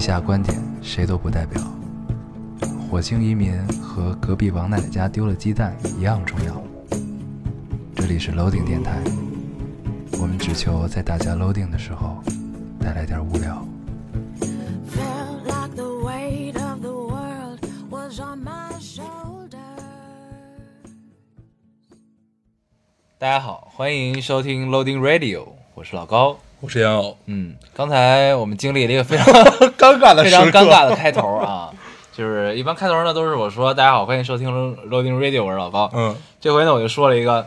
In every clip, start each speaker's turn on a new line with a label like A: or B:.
A: 下观点谁都不代表。火星移民和隔壁王奶奶家丢了鸡蛋一样重要。这里是 Loading 电台，我们只求在大家 Loading 的时候带来点无聊。
B: Felt like the weight of the world was on my shoulders.
A: 大家好，欢迎收听 Loading Radio，我是老高。
C: 我是杨偶，
A: 嗯，刚才我们经历了一个非 常
C: 尴尬的
A: 非
C: 时刻，
A: 常尴尬的开头啊， 就是一般开头呢都是我说大家好，欢迎收听 Loading Radio，我是老高。
C: 嗯，
A: 这回呢我就说了一个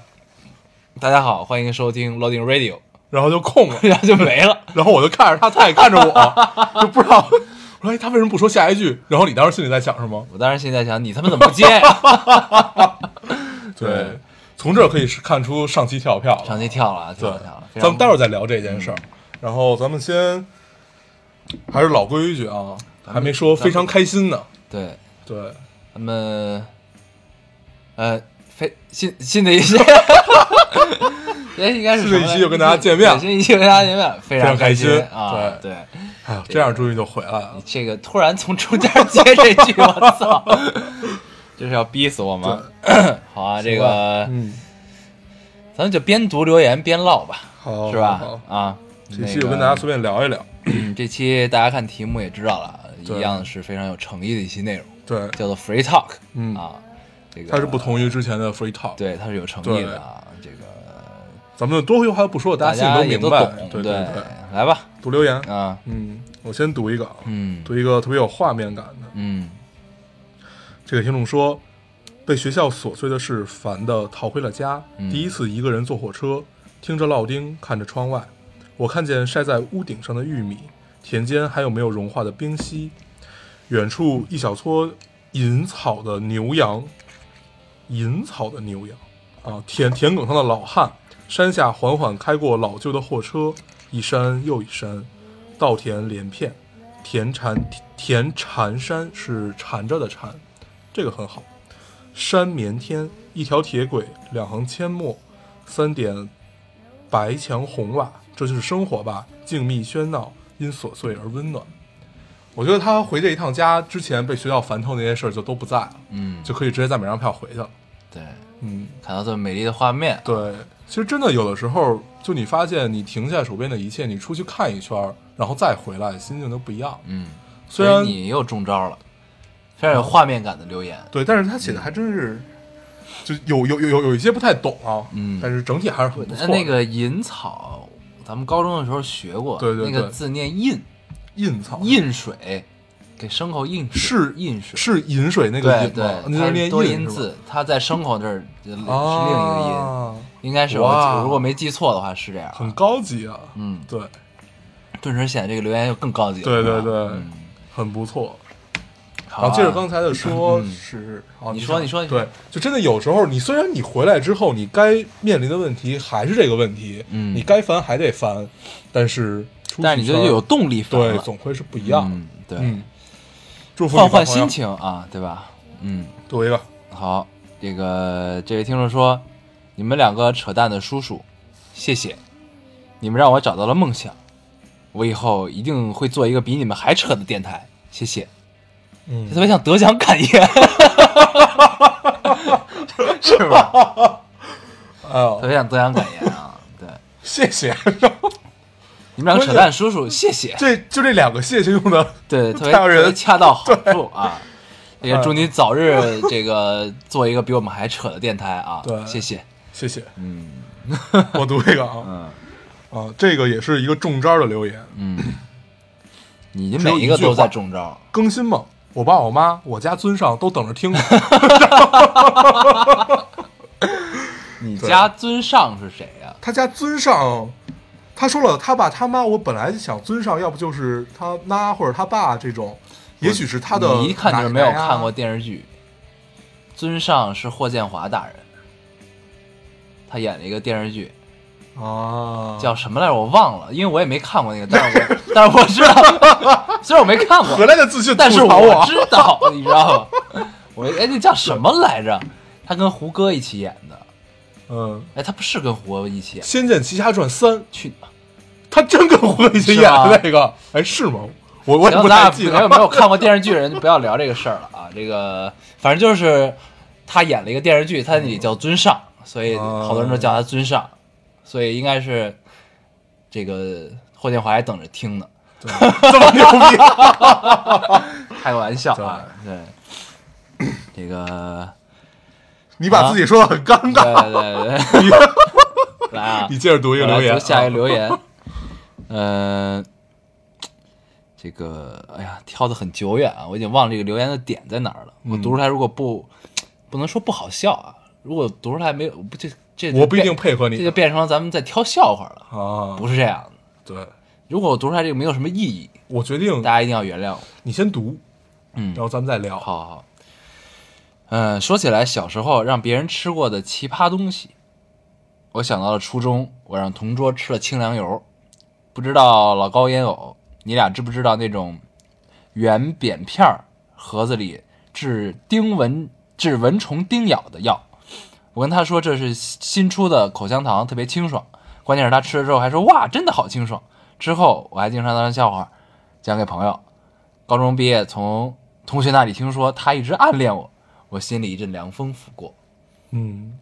A: 大家好，欢迎收听 Loading Radio，
C: 然后就空了，
A: 然后就没了。
C: 然后我就看着他，他也看着我， 就不知道，我说哎，他为什么不说下一句？然后你当时心里在想什么？
A: 我当时现在想，你他妈怎么 不接呀？对，
C: 从这儿可以是看出上期跳票了，
A: 上期跳了啊，跳
C: 对
A: 了跳了。，非
C: 咱
A: 常
C: 们待会儿再聊这件事儿。然后咱们先还是老规矩啊，还没说非常开心呢。
A: 对，
C: 对，
A: 咱们呃，非新新的一期， 也应该是
C: 新的一
A: 什么
C: 期
A: 来
C: 就跟大家见面
A: 对新的一期跟大家见面，非
C: 非常
A: 开
C: 开
A: 心
C: 心
A: 啊！
C: 对
A: 对，
C: 哎呀，这样终于就回来了
A: 你。这个突然从中间接这句，我操，这是要逼死我吗？好啊，这个
C: 嗯，
A: 咱们就边读留言边唠吧，
C: 好，
A: 是吧
C: 好好？
A: 啊，
C: 这
A: 那
C: 期就
A: 个
C: 跟大家随便聊一聊。
A: 嗯这期大家看题目也知道了，
C: 对
A: 一样是非常有诚意的一期内容，
C: 对，
A: 叫做 Free Talk
C: 嗯
A: 啊，这个
C: 它是不，同于之前的 free talk。
A: 对，它是有诚意的啊，这个
C: 咱们多余话不说，大
A: 家
C: 家心
A: 也
C: 里
A: 都
C: 都明
A: 懂
C: 白。，对对，
A: 来吧，
C: 读留言。
A: 啊，
C: 嗯，我先读一个啊，
A: 嗯
C: 读一个特别有画面感的。
A: 嗯，
C: 这个听众说，被学校琐碎的事烦的逃回了家，
A: 嗯
C: 第一次一个人坐火车，听着烙丁，看着窗外，我看见晒在屋顶上的玉米，田间还有没有融化的冰溪，远处一小撮银草的牛羊，银草的牛羊啊，田田埂上的老汉，山下缓缓开过老旧的货车，一山又一山，稻田连片，田蝉田蝉山是缠着的缠，这个很好。山绵天，一条铁轨，两行阡陌，三点白墙红瓦，这就是生活吧，静谧喧闹，因琐碎而温暖。我觉得他回这一趟家之前被学校烦透那些事儿就都不在了，
A: 嗯，
C: 就可以直接再买张票回去了。
A: 对，
C: 嗯，
A: 看到这么美丽的画面，
C: 对，其实真的有的时候，就你发现你停下手边的一切，你出去看一圈儿，然后再回来，心境都不一样。
A: 嗯，
C: 虽然
A: 所以你又中招了，非常有画面感的留言，
C: 对，但是他写的还真是，就有有有有有一些不太懂啊，
A: 嗯
C: 但是整体还是很不
A: 那
C: 错。
A: 那个银草，咱们高中的时候学过，
C: 对对
A: 那个
C: 对
A: 字念印，
C: 印草
A: 印水，给牲口印水
C: 是
A: 印水。
C: 是饮水那个
A: 对
C: 饮
A: 对
C: 吗？，那
A: 它
C: 是
A: 是
C: 念
A: 多音
C: 是吧
A: 字，它在牲口这儿是另一个
C: 啊，
A: 音，应该是我
C: 哇
A: 我如果没记错的话是这样啊。
C: 很高级啊，
A: 嗯，
C: 对
A: 顿时显得这个留言又更高级了。
C: 对对
A: 是吧
C: 对，
A: 嗯
C: 很不错。
A: 好
C: 然
A: 啊，嗯
C: 后接着刚才的说是，啊
A: 你说
C: 想
A: 你说你说
C: 对，就真的有时候你虽然你回来之后，你该面临的问题还是这个问题，
A: 嗯
C: 你该烦还得烦，但是出
A: 但是你
C: 去一
A: 就
C: 圈儿
A: 有动力烦
C: 对，
A: 了，
C: 总会是不一样的。
A: 嗯，对，
C: 嗯，祝福你
A: 换换
C: 朋友
A: 心，情啊，对吧？嗯，
C: 读一个，
A: 好，这个这位听众说，你们两个扯淡的叔叔，谢谢，你们让我找到了梦想，我以后一定会做一个比你们还扯的电台，谢谢。
C: 嗯
A: 特，别像得奖感 言，是吧？
C: 哎呦
A: 特别像得奖感言啊，对。
C: 谢谢，
A: 你们两个扯淡叔叔，谢谢。
C: 这就这两个谢谢用的，
A: 对，特别
C: 太让人嗯
A: 特别恰到好处啊！也祝你早日这个做一个比我们还扯的电台啊！
C: 对
A: 谢谢。
C: 谢谢。
A: 嗯
C: 我读一个啊
A: 嗯
C: 啊，这个也是一个中招的留言，
A: 嗯，你
C: 只
A: 每
C: 有
A: 一个
C: 一句话
A: 都在中招，
C: 更新吗？我爸、我妈、我家尊上都等 着听呢。
A: 你
C: 对
A: 家尊上是谁啊呀、
C: 他家尊上，他说了，他爸他妈，我本来想尊上，要不就是他妈或者他爸这种，也许是他的、啊
A: 你一看就是没有看过。电视剧。尊上是霍建华大人，他演了一个电视剧，
C: 啊，
A: 叫什么来着？我忘了，因为我也没看过那个，但是我但是我知道， 虽然我没看 过，
C: 何来的自信
A: 但是
C: 吐槽我
A: 我知道，你知道吗？ 我哎，那叫什么来着？他跟胡歌一起演的。
C: 嗯，
A: 哎，他不是跟胡歌一起
C: 《
A: 演，
C: 仙剑奇侠传三》，
A: 去你妈！
C: 他真跟胡歌一起演的那个，哎，是吗？我我也
A: 行，
C: 不
A: 那
C: 太记
A: 没有没。
C: 得
A: 有看过电视剧的人就不要聊这个事儿了啊。这个反正就是他演了一个电视剧，他那里叫尊上，所以
C: 哦
A: 好多人都叫他尊上，所以应该是这个霍建华还等着听呢。
C: 这么牛逼！
A: 开个玩笑啊，对，这 个
C: 你把自己说的很尴
A: 对
C: 尬。
A: 对对， 来啊，
C: 你接着读一个
A: 我来
C: 留言，啊
A: 读下一个留 言，呃，这个哎呀，挑的很久远啊，我已经忘了这个留言的点在哪儿了。
C: 嗯
A: 我读出来如果不不能说不好笑啊，如果读出来没有不这这
C: 我不一定
A: 这
C: 配合
A: 这
C: 你
A: 就变成咱们在挑笑话了，
C: 啊。
A: 不是这样的。
C: 对，
A: 如果我读出来这个没有什么意义，
C: 我决定
A: 大家一定要原谅我。
C: 你先读，
A: 嗯
C: 然，后咱们再聊。
A: 好好好。嗯，说起来，小时候让别人吃过的奇葩东西，我想到了初中，我让同桌吃了清凉油。不知道老高烟偶，你俩知不知道那种圆扁片儿盒子里治丁蚊、治蚊虫叮咬的药？我跟他说这是新出的口香糖，特别清爽。关键是他吃了之后还说哇，真的好清爽。之后我还经常当成笑话讲给朋友。高中毕业，从同学那里听说他一直暗恋我，我心里一阵凉风拂过。
C: 嗯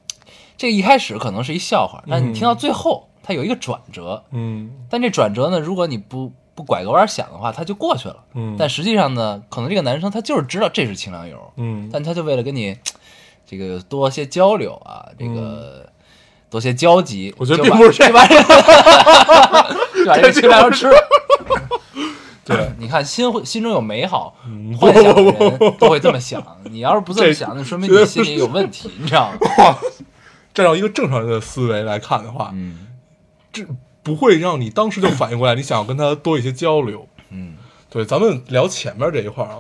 A: 这一开始可能是一笑话，但
C: 嗯
A: 你听到最后，它有一个转折。
C: 嗯
A: 但这转折呢，如果你不不拐个弯儿想的话，它就过去了。
C: 嗯，
A: 但实际上呢，可能这个男生他就是知道这是清凉油，
C: 嗯
A: 但他就为了跟你这个多些交流啊，这个多些交集，
C: 嗯我觉得
A: 就把
C: 并不是这
A: 就把就 把这个清凉油吃了。
C: 对，
A: 你看心会心中有美好
C: 嗯
A: 幻想的 人都会这么想。你要是不这么想，那说明你心里有问题，你知 道吗？
C: 站上一个正常人的思维来看的话，
A: 嗯
C: 这不会让你当时就反应过来，你想要跟他多一些交流。
A: 嗯
C: 对，咱们聊前面这一块儿啊，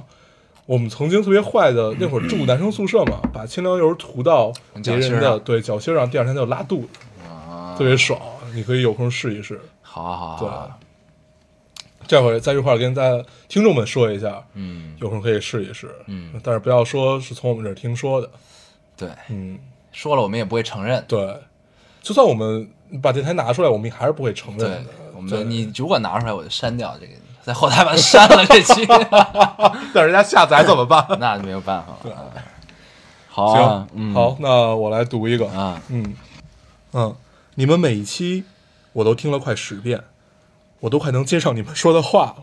C: 我们曾经特别坏的那会儿住男生宿舍嘛，把清凉油涂到别
A: 脚
C: 人
A: 心
C: 的
A: 上
C: 对嗯脚心啊上，第二天就拉肚子，
A: 啊
C: 特，别爽。你可以有空试一试。
A: 好啊好啊好
C: 对
A: 啊，
C: 这会儿在这块儿跟大家听众们说一下，
A: 嗯
C: 有空可以试一试。
A: 嗯，
C: 但是不要说是从我们这儿听说的。
A: 对，
C: 嗯，
A: 说了我们也不会承认。
C: 对，就算我们把这台拿出来，我们还是不会承认
A: 对
C: 的。，
A: 我
C: 对
A: 们你如果拿出来，我就删掉这个，在后台把它删了这 期，
C: 但人家下载怎么办？
A: 那就没有办法了啊。好啊，
C: 行，
A: 嗯，
C: 好，那我来读一个。
A: 啊，
C: 嗯嗯，你们每一期我都听了快十遍，我都快能接上你们说的话了。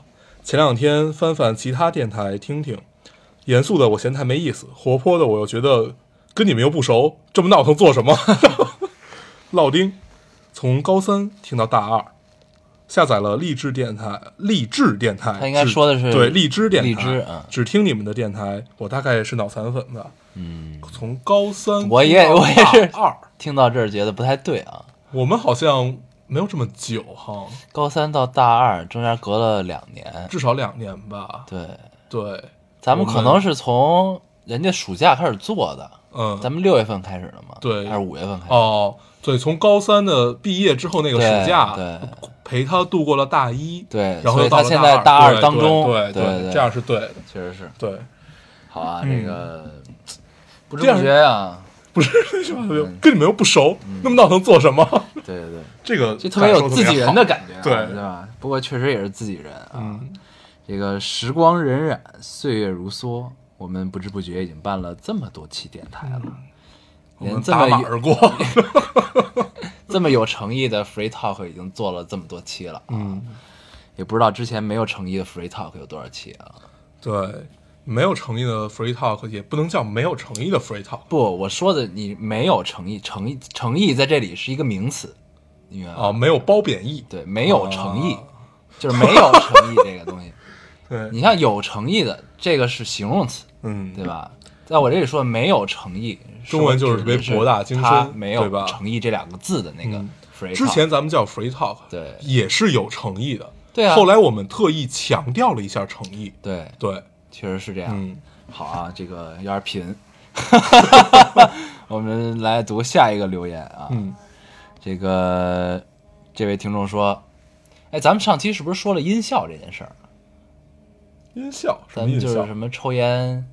C: 前两天翻翻其他电台听听，严肃的我嫌太没意思，活泼的我又觉得跟你们又不熟，这么闹腾做什么？ 老丁从高三听到大二，下载了励志电台，励志电台，
A: 他应该
C: 只
A: 说的是
C: 对荔枝电台，
A: 荔枝嗯
C: 只听你们的电台，我大概是脑残粉吧。嗯，从高三
A: 我也
C: 听到
A: 我也是
C: 大二，
A: 听到这儿觉得不太对啊。
C: 我们好像没有这么久哈，
A: 高三到大二中间隔了两年，
C: 至少两年吧。
A: 对，
C: 对，
A: 咱们可能是从人家暑假开始做的，
C: 嗯，
A: 咱们六月份开始的嘛，
C: 对
A: 还是五月份开始？
C: 哦，对，从高三的毕业之后那个
A: 对
C: 暑假，
A: 对
C: 陪他度过了大一，
A: 对
C: 然后
A: 所以
C: 又到
A: 他
C: 了
A: 现在
C: 大
A: 大二
C: 对
A: 当中
C: 对
A: 对对
C: 这样是对的，
A: 确实是。
C: 对，
A: 好啊，这个不知
C: 嗯这样
A: 不觉啊，
C: 不是是吧跟你们又不熟，那么闹腾做什么？
A: 对对对，
C: 这个
A: 嗯就特别有
C: 感受
A: 自己人
C: 好
A: 的感觉啊，
C: 对
A: 对吧？不过确实也是自己人啊。
C: 嗯
A: 这个时光荏苒，岁月如梭，我们不知不觉已经办了这么多期电台了，
C: 嗯我
A: 连
C: 们
A: 这
C: 打
A: 么
C: 马
A: 有
C: 而过，
A: 这么有诚意的 free talk 已经做了这么多期了，啊
C: 嗯，
A: 也不知道之前没有诚意的 free talk 有多少期啊。
C: 对，没有诚意的 free talk 也不能叫没有诚意的 free talk
A: 不，我说的你没有诚意，诚意诚意在这里是一个名词，你明白吗？
C: 啊，没有褒贬意，
A: 对，没有诚意，
C: 啊
A: 就是没有诚意这个东西。
C: 对，
A: 你像有诚意的，这个是形容词，
C: 嗯，
A: 对吧？在我这里说没有诚意，
C: 中文就
A: 指
C: 是
A: 的
C: 特别博大精深
A: 它没
C: 对吧
A: 有诚意这两个字的那个
C: 嗯
A: phrase。
C: 之前咱们叫 free talk，
A: 对
C: 也是有诚意的，
A: 对啊
C: 后来我们特意强调了一下诚意，
A: 对，啊
C: 对，
A: 确实是这样。
C: 嗯，
A: 好啊，这个有点贫。 我们来读下一个留言啊。
C: 嗯，
A: 这个这位听众说：“哎，咱们上期是不是说了音效这件事儿？
C: 音效什
A: 咱
C: 么
A: 们
C: 音
A: 就
C: 效
A: 是什？么抽烟，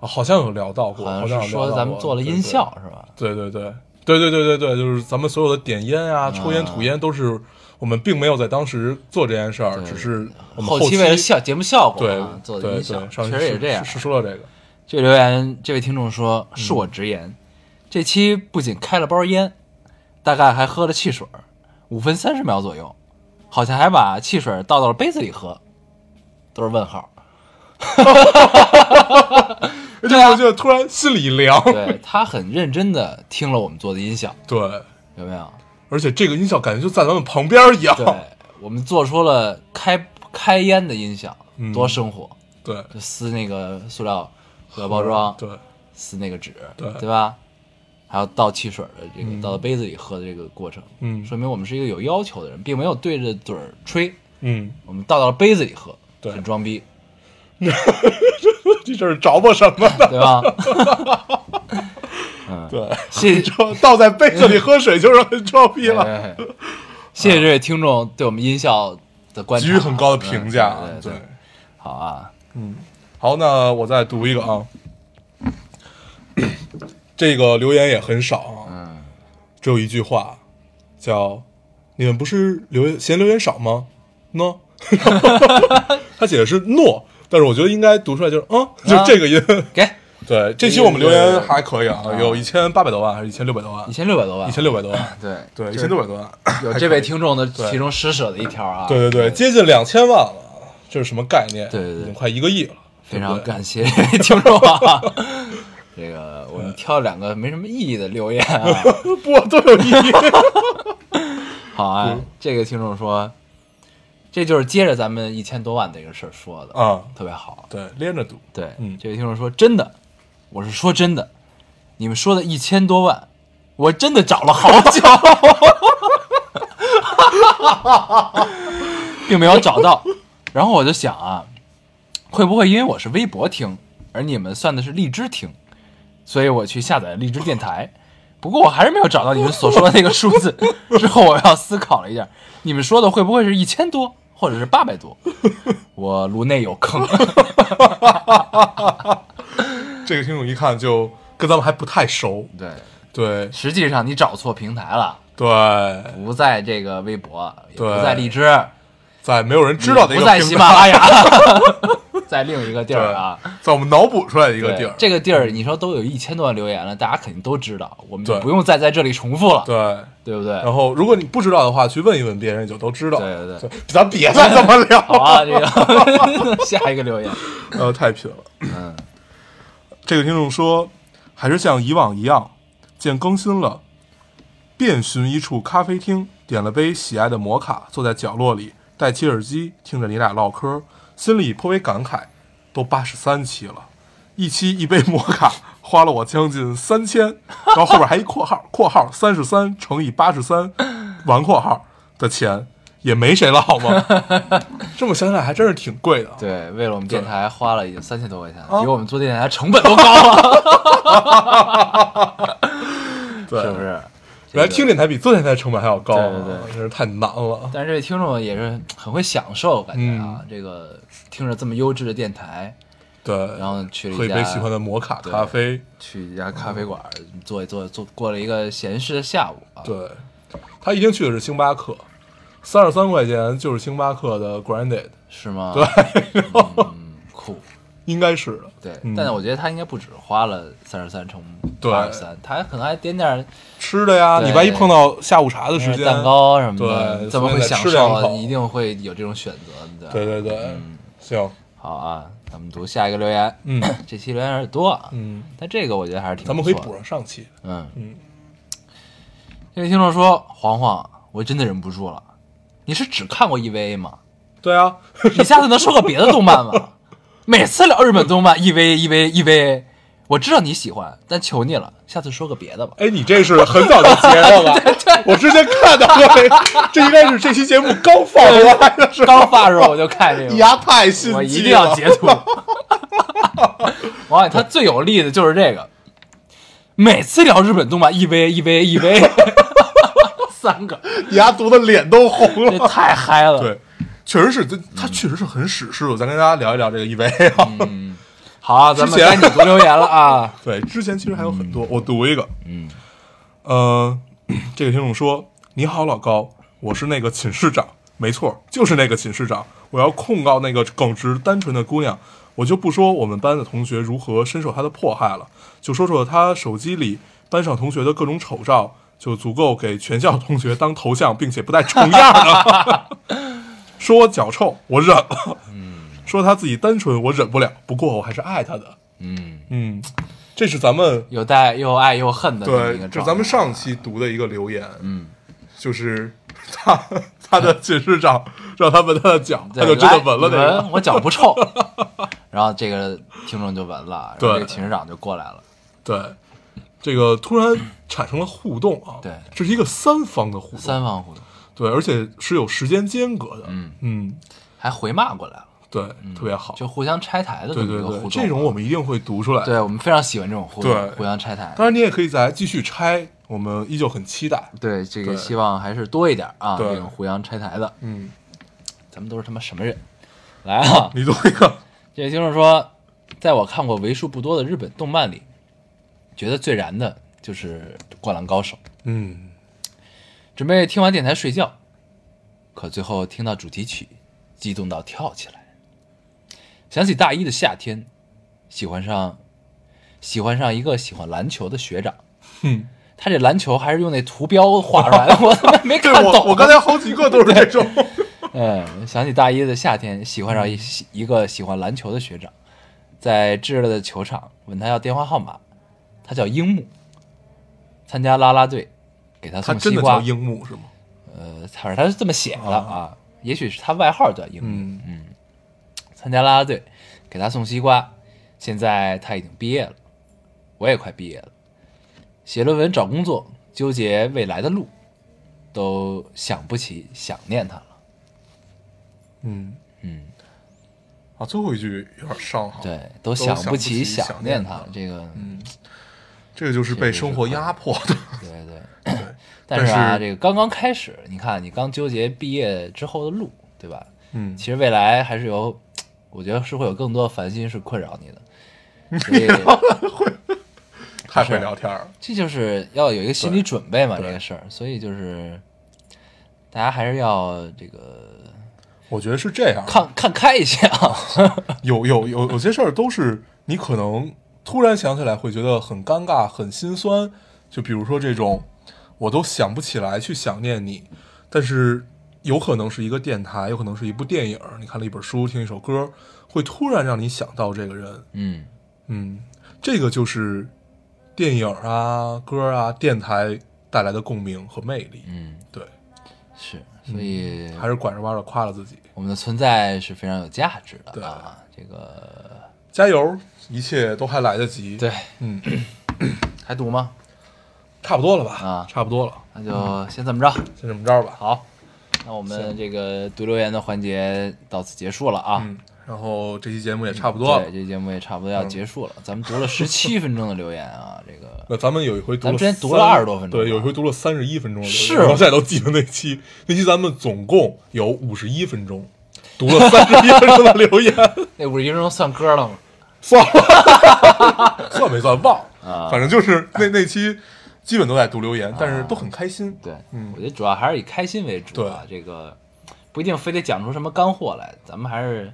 C: 啊好像有聊到过，
A: 好
C: 好
A: 像
C: 像
A: 是
C: 有聊
A: 说
C: 到
A: 咱们
C: 过
A: 做了音效，是吧？
C: 对对对对对对对对对对，就是咱们所有的点烟啊、抽烟、
A: 嗯
C: 吐烟都是我们并没有在当时做这件事儿，
A: 对
C: 只是我们
A: 后期为了效节目效果
C: 对
A: 啊做的
C: 对
A: 音效，
C: 对，
A: 确
C: 上
A: 实也
C: 是
A: 这样。
C: 是嗯说到这个，
A: 这位留言，这位听众说：“恕我直言，这期不仅开了包烟，大概还喝了汽水儿，五分三十秒左右，好像还把汽水倒到了杯子里喝，都是问号。 对啊
C: 我哎就突然心里一凉，
A: 对他很认真的听了我们做的音效，
C: 对，
A: 有没有？
C: 而且这个音效感觉就在咱们旁边一样，
A: 对，我们做出了开开烟的音效，
C: 嗯
A: 多生活，
C: 对，
A: 就撕那个塑料塑料包装，
C: 对，
A: 撕那个纸，
C: 对
A: 吧？还有倒汽水的这个、
C: 嗯
A: 倒到杯子里喝的这个过程，
C: 嗯
A: 说明我们是一个有要求的人，并没有对着嘴儿吹，
C: 嗯，
A: 我们倒到了杯子里喝，
C: 对
A: 很装逼，
C: 这这是找我什么呢？
A: 对吧？嗯
C: 对，
A: 谢谢
C: 你说倒在杯子里喝水就是很装逼了，
A: 哎谢谢这位听众对我们音效的观察，嗯
C: 给予很高的评价啊，
A: 对对对，好啊，
C: 好，那我再读一个啊， 这个留言也很少啊，
A: 嗯，
C: 只有一句话，叫“你们不是留言嫌留言少吗？”喏， 他写的是“诺”，但是我觉得应该读出来就是“嗯”，就
A: 啊
C: 这个音。
A: 给
C: 对，这期我们留言还可以啊，有一千八百多万还是一千六百多万
A: 一？千六百多万，
C: 一千六百多万，
A: 对
C: 对，一
A: 就
C: 千
A: 是
C: 六百多万，
A: 有这位听众的其中施舍的一条啊，
C: 对对对，接近两千万了，啊这是什么概念？
A: 对对对
C: 已经快一个 亿了。
A: 非常感谢 这位听众 啊。这个我们挑两个没什么意义的留言 啊，
C: 不，都有意义。
A: 好啊。这个听众说，这就是接着咱们一千多万这个事儿说的
C: 啊
A: 特别好。
C: 对，连着读。
A: 对，
C: 嗯
A: 这位听众说真的，我是说真的，你们说的一千多万，我真的找了好久，并没有找到。然后我就想啊，会不会因为我是微博听，而你们算的是荔枝听，所以我去下载了荔枝电台。不过我还是没有找到你们所说的那个数字。之后我要思考了一下，你们说的会不会是一千多，或者是八百多？我颅内有 坑。
C: 这个听众一看就跟咱们还不太熟。
A: 对，
C: 对
A: 实际上你找错平台了，
C: 对，
A: 不在这个微博，也不
C: 对
A: 在荔枝，
C: 在没有人知道的一
A: 也
C: 个
A: 不在
C: 平
A: 喜
C: 台
A: 马拉 雅，在另一个地儿啊。
C: 对在我们脑补出来的一个
A: 对
C: 地儿。
A: 这个地儿你说都有一千多万留言了，大家肯定都知道，我们就
C: 对
A: 不用再在这里重复了，
C: 对，
A: 对不对？
C: 然后如果你不知道的话，去问一问别人也就都知道。
A: 对对对，
C: 咱别再这么聊
A: 好
C: 了，
A: 啊，这 个下一个留言，
C: 呃，太贫了。
A: 嗯，
C: 这个听众说，还是像以往一样，见更新了，遍寻一处咖啡厅，点了杯喜爱的摩卡，坐在角落里，戴起耳机，听着你俩唠嗑，心里颇为感慨。都八十三期了，一期一杯摩卡，花了我将近三千，然后后边还一括号，括号三十三乘以八十三，完括号的钱也没谁了，好吗？这么想想还真是挺贵的啊。
A: 对，为了我们电台花了已经三千多块钱了，
C: 啊
A: 比我们做电台成本都高啊了，
C: 对，
A: 是不是？
C: 原来听电台比做电台成本还要高、啊，
A: 对对对
C: 真是太难了。
A: 但是这位听众也是很会享受，感觉
C: 嗯
A: 啊，这个听着这么优质的电台，
C: 对，
A: 然后去了
C: 喝
A: 一
C: 一
A: 家
C: 杯喜欢的摩卡咖啡，
A: 去一家咖啡馆坐一坐，坐过了一个闲适的下午啊。
C: 对他一定去的是星巴克，三十三块钱就是星巴克的 Granded，
A: 是吗？对，嗯，酷。
C: 应该是的，
A: 对，
C: 嗯
A: 但是我觉得他应该不止花了三十三乘
C: 对
A: 八十三，他还可能还点点
C: 吃的呀，
A: 对哎
C: 你万一碰到下午茶的时间，
A: 蛋，糕什么的，
C: 对
A: 怎么会享
C: 所以得吃两
A: 受？
C: 口
A: 一定会有这种选择的。
C: 对对对，
A: 嗯
C: 行，
A: 好啊，咱们读下一个留言。
C: 嗯
A: 这期留言有点多啊，
C: 嗯，
A: 但这个我觉得还是挺
C: 咱
A: 不
C: 们可以
A: 错的
C: 补上上期，
A: 嗯
C: 嗯，
A: 这位听众说：“黄黄，我真的忍不住了，你是只看过 EVA 吗？
C: 对啊，
A: 你下次能说个别的动漫吗？每次聊日本动漫 EVA EVA EVA，我知道你喜欢，但求你了，下次说个别的吧。
C: 哎，你这是很早就截了 吧？我之前看到过，这应该是这期节目刚放出来的时候，
A: 刚发的时候我就看这个，
C: 牙太心机了，
A: 我一定要截图。 王宇他最有力的就是这个，每次聊日本动漫 EVA EVA EVA，三个，
C: 牙毒的脸都红
A: 这。太嗨了。
C: 对，确实是，这它确实是很史诗。我再跟大家聊一聊这个 EVA 啊。
A: 好啊，咱们
C: 之
A: 该
C: 前
A: 你读留言了啊。
C: 对，之前其实还有很多，我读一个，
A: 嗯，
C: 呃，这个听众说：“你好，老高，我是那个寝室长，没错，就是那个寝室长。我要控告那个耿直单纯的姑娘，我就不说我们班的同学如何深受她的迫害了，就说说她手机里班上同学的各种丑照，就足够给全校同学当头像，并且不带重样的。 说我脚臭，我忍了；
A: 嗯
C: 说她自己单纯，我忍不了。不过我还是爱她的。
A: 嗯，
C: 嗯，这是咱们
A: 又带又爱又恨的这么一
C: 对
A: 个，
C: 这
A: 状态啊
C: 是咱们上期读的一个留言，
A: 嗯，
C: 就是他他的寝室长让他闻他的脚，他
A: 对
C: 就真的
A: 来
C: 闻了
A: 你
C: 那个，
A: 闻我脚不 臭，然后这个听众就闻了，然后这
C: 对
A: 个寝室长就过来了，
C: 对，这个突然产生了互动啊，
A: 对
C: 这是一个三方的互动，
A: 三方互动，
C: 对，而且是有时间间隔的，
A: 嗯
C: 嗯，
A: 还回骂过来了，
C: 对，特别好，
A: 就互相拆台的这
C: 对
A: 么
C: 对
A: 一个互动
C: 对，
A: 啊，
C: 这种我们一定会读出来，
A: 对我们非常喜欢这种互动
C: 对，
A: 互相拆台。
C: 当然你也可以再继续拆，我们依旧很期待，
A: 对这个
C: 对
A: 希望还是多一点啊，
C: 对
A: 这种互相拆台的，
C: 嗯，
A: 咱们都是他妈什么人？来啊，
C: 你读一个，
A: 这位听众说，在我看过为数不多的日本动漫里，觉得最燃的就是《灌篮高手》。
C: 嗯，
A: 准备听完电台睡觉，可最后听到主题曲，激动到跳起来。想起大一的夏天，喜欢上喜欢上一个喜欢篮球的学长，
C: 哼，
A: 他这篮球还是用那图标画出来 的，我他妈没
C: 对
A: 看懂。
C: 我我刚才好几个都是这 种，
A: 嗯，想起大一的夏天，喜欢
C: 嗯
A: 上一一个喜欢篮球的学长，在炙热的球场问他要电话号码，他叫樱木，参加啦啦队，给他
C: 他
A: 送
C: 真
A: 西
C: 的
A: 瓜
C: 叫。樱木是吗？
A: 呃，反正他是这么写的啊，也许是他外号叫樱木。
C: 嗯
A: 参加啦啦队，给他送西瓜。现在他已经毕业了，我也快毕业了，写论文、找工作，纠结未来的路，都想不起想念他了。
C: 嗯。
A: 嗯。
C: 啊，最后一句有点上哈。，
A: 对，都
C: 都
A: 想
C: 想
A: 不
C: 不
A: 起
C: 起想念
A: 念
C: 他
A: 他这个，
C: 嗯，这个就是嗯被生活压迫的。
A: 对对。
C: 对，
A: 嗯但是啊，
C: 是
A: 这个刚刚开始，你看你刚纠结毕业之后的路，对吧？
C: 嗯，
A: 其实未来还是有，我觉得是会有更多的烦心是困扰 你的，所以
C: 太会聊天了。
A: 这就是要有一个心理准备嘛，这
C: 对
A: 个事儿。所以就是大家还是要这个
C: 我觉得是这样，
A: 看看开一些啊。
C: 有有有有些事儿都是你可能突然想起来会觉得很尴尬、很心酸。就比如说这种，我都想不起来去想念你，但是有可能是一个电台，有可能是一部电影，你看了一本书，听一首歌，会突然让你想到这个人。
A: 嗯，
C: 嗯，这个就是电影啊、歌啊、电台带来的共鸣和魅力。
A: 嗯，
C: 对，
A: 是，所以
C: 还是拐着弯的夸了自己，
A: 我们的存在是非常有价值
C: 对
A: 的啊。这个
C: 加油，一切都还来得及。
A: 对，
C: 嗯，
A: 还读吗？
C: 差不多了吧？
A: 啊
C: 差不多了，
A: 那就先这么着。
C: 先这么着吧。
A: 好，嗯那我们这个读留言的环节到此结束了啊。
C: 嗯，然后这期节目也差不多
A: 嗯对，
C: 了。
A: 这节目也差不多要结束了。咱们读了十 七分钟的留言啊，这个
C: 那咱们有一回读
A: 咱
C: 了
A: 们
C: 三，
A: 之前读了20多分钟
C: 对，有一回读了三十一分钟的留言，
A: 是
C: 我到现在都记得那期，那期咱们总共有五十一分钟，读了三十一分钟的留言，
A: 那五十一分钟算歌了吗？
C: 算了，算没算忘
A: 啊啊
C: 了，反正就是那那期基本都在读留言，但是都很开心。
A: 对，
C: 嗯
A: 我觉得主要还是以开心为主啊。这个不一定非得讲出什么干货来，咱们还是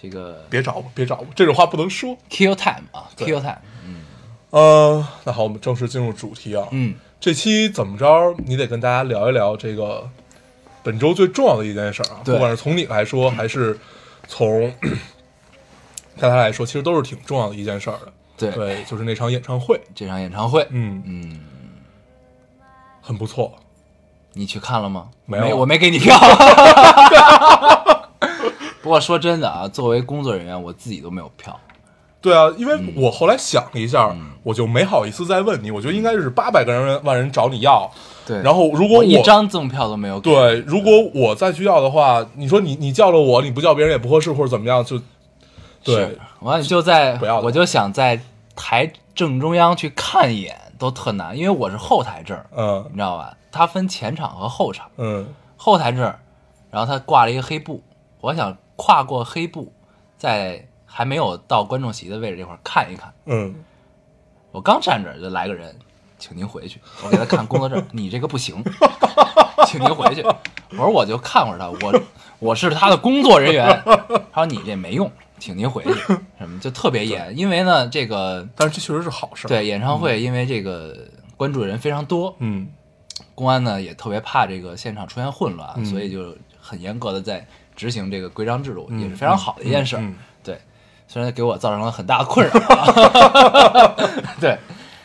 A: 这个
C: 别找我，别找我，这种话不能说。
A: kill time 啊
C: 对
A: ，kill time。
C: 呃，那好，我们正式进入主题啊。
A: 嗯，
C: 这期怎么着，你得跟大家聊一聊这个本周最重要的一件事儿啊，
A: 对
C: 不管是从你来说，还是从 大家来说，其实都是挺重要的一件事儿的。
A: 对，
C: 对，就是那场演唱会，
A: 这场演唱会，
C: 嗯，
A: 嗯，
C: 很不错。
A: 你去看了吗？
C: 没有
A: 我没给你 票。不过说真的啊，作为工作人员，我自己都没有票。
C: 对啊，因为我后来想了一下，我就没好意思再问你，我觉得应该是八百个人万人找你要，
A: 对
C: 然后如果
A: 我一张赠票都没有给，
C: 对，如果我再去要的话，你说你你叫了我，你不叫别人也不合适，或者怎么样，就对
A: 是，完了就在
C: 不要了
A: 我就想在台正中央去看一眼，都特难，因为我是后台证儿，
C: 嗯
A: 你知道吧？它分前场和后场，
C: 嗯
A: 后台证儿，然后它挂了一个黑布，我想跨过黑布，在还没有到观众席的位置这块儿看一看。
C: 嗯，
A: 我刚站这儿就来个人，请您回去，我给他看工作证，你这个不行。请您回去。”我说：“我就看会儿他，我我是他的工作人员。”他说：“你这没用，请您回去。”什么就特别严，因为呢，这个
C: 但是这确实是好事。，
A: 对演唱会，因为这个关注的人非常多，
C: 嗯，
A: 公安呢也特别怕这个现场出现混乱，啊
C: 嗯
A: 所以就很严格的在执行这个规章制度，
C: 嗯
A: 也是非常好的一件事儿。
C: 嗯嗯
A: 对，虽然给我造成了很大的困扰啊， 对，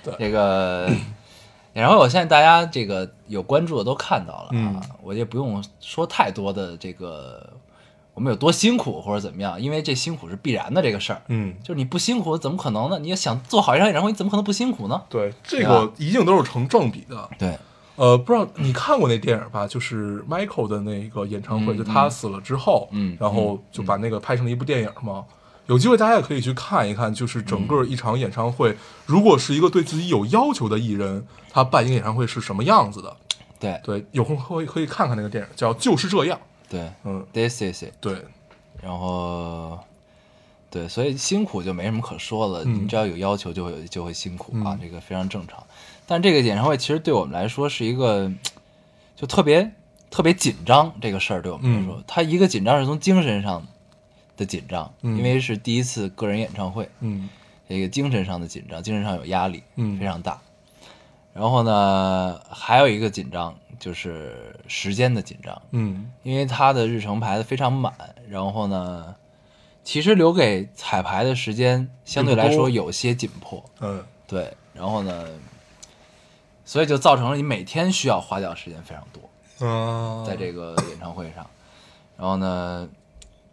C: 对
A: 这个演唱会，我相信大家这个有关注的都看到了啊，
C: 嗯
A: 我也不用说太多的这个我们有多辛苦或者怎么样，因为这辛苦是必然的这个事儿。
C: 嗯，
A: 就是你不辛苦怎么可能呢？你要想做好一场演唱会，你怎么可能不辛苦呢？
C: 对，啊这
A: 对
C: 个
A: 吧
C: 一定都是成正比的。
A: 对，
C: 呃，不知道你看过那电影吧？就是 Michael 的那个演唱会，
A: 嗯
C: 就他死了之后，
A: 嗯
C: 然后就把那个拍成了一部电影嘛。有机会大家也可以去看一看，就是整个一场演唱会，如果是一个对自己有要求的艺人，他办一个演唱会是什么样子的？
A: 对，
C: 对，有空可以可以看看那个电影，叫《就是这样》。
A: 对
C: 嗯，
A: ，this is it。
C: 对，
A: 然后，对，所以辛苦就没什么可说了。
C: 嗯
A: 你只要有要求，就会就会辛苦啊
C: 嗯，
A: 这个非常正常。但这个演唱会其实对我们来说是一个，就特别特别紧张这个事儿，对我们
C: 嗯
A: 来说，它一个紧张是从精神上的紧张，
C: 嗯
A: 因为是第一次个人演唱会，
C: 嗯
A: 这个精神上的紧张，精神上有压力，
C: 嗯
A: 非常大。然后呢，还有一个紧张就是时间的紧张，
C: 嗯
A: 因为他的日程排的非常满，然后呢，其实留给彩排的时间相对来说
C: 并
A: 有些紧迫，
C: 嗯，
A: 对，然后呢，所以就造成了你每天需要花掉时间非常多，
C: 啊，
A: 在这个演唱会上，然后呢，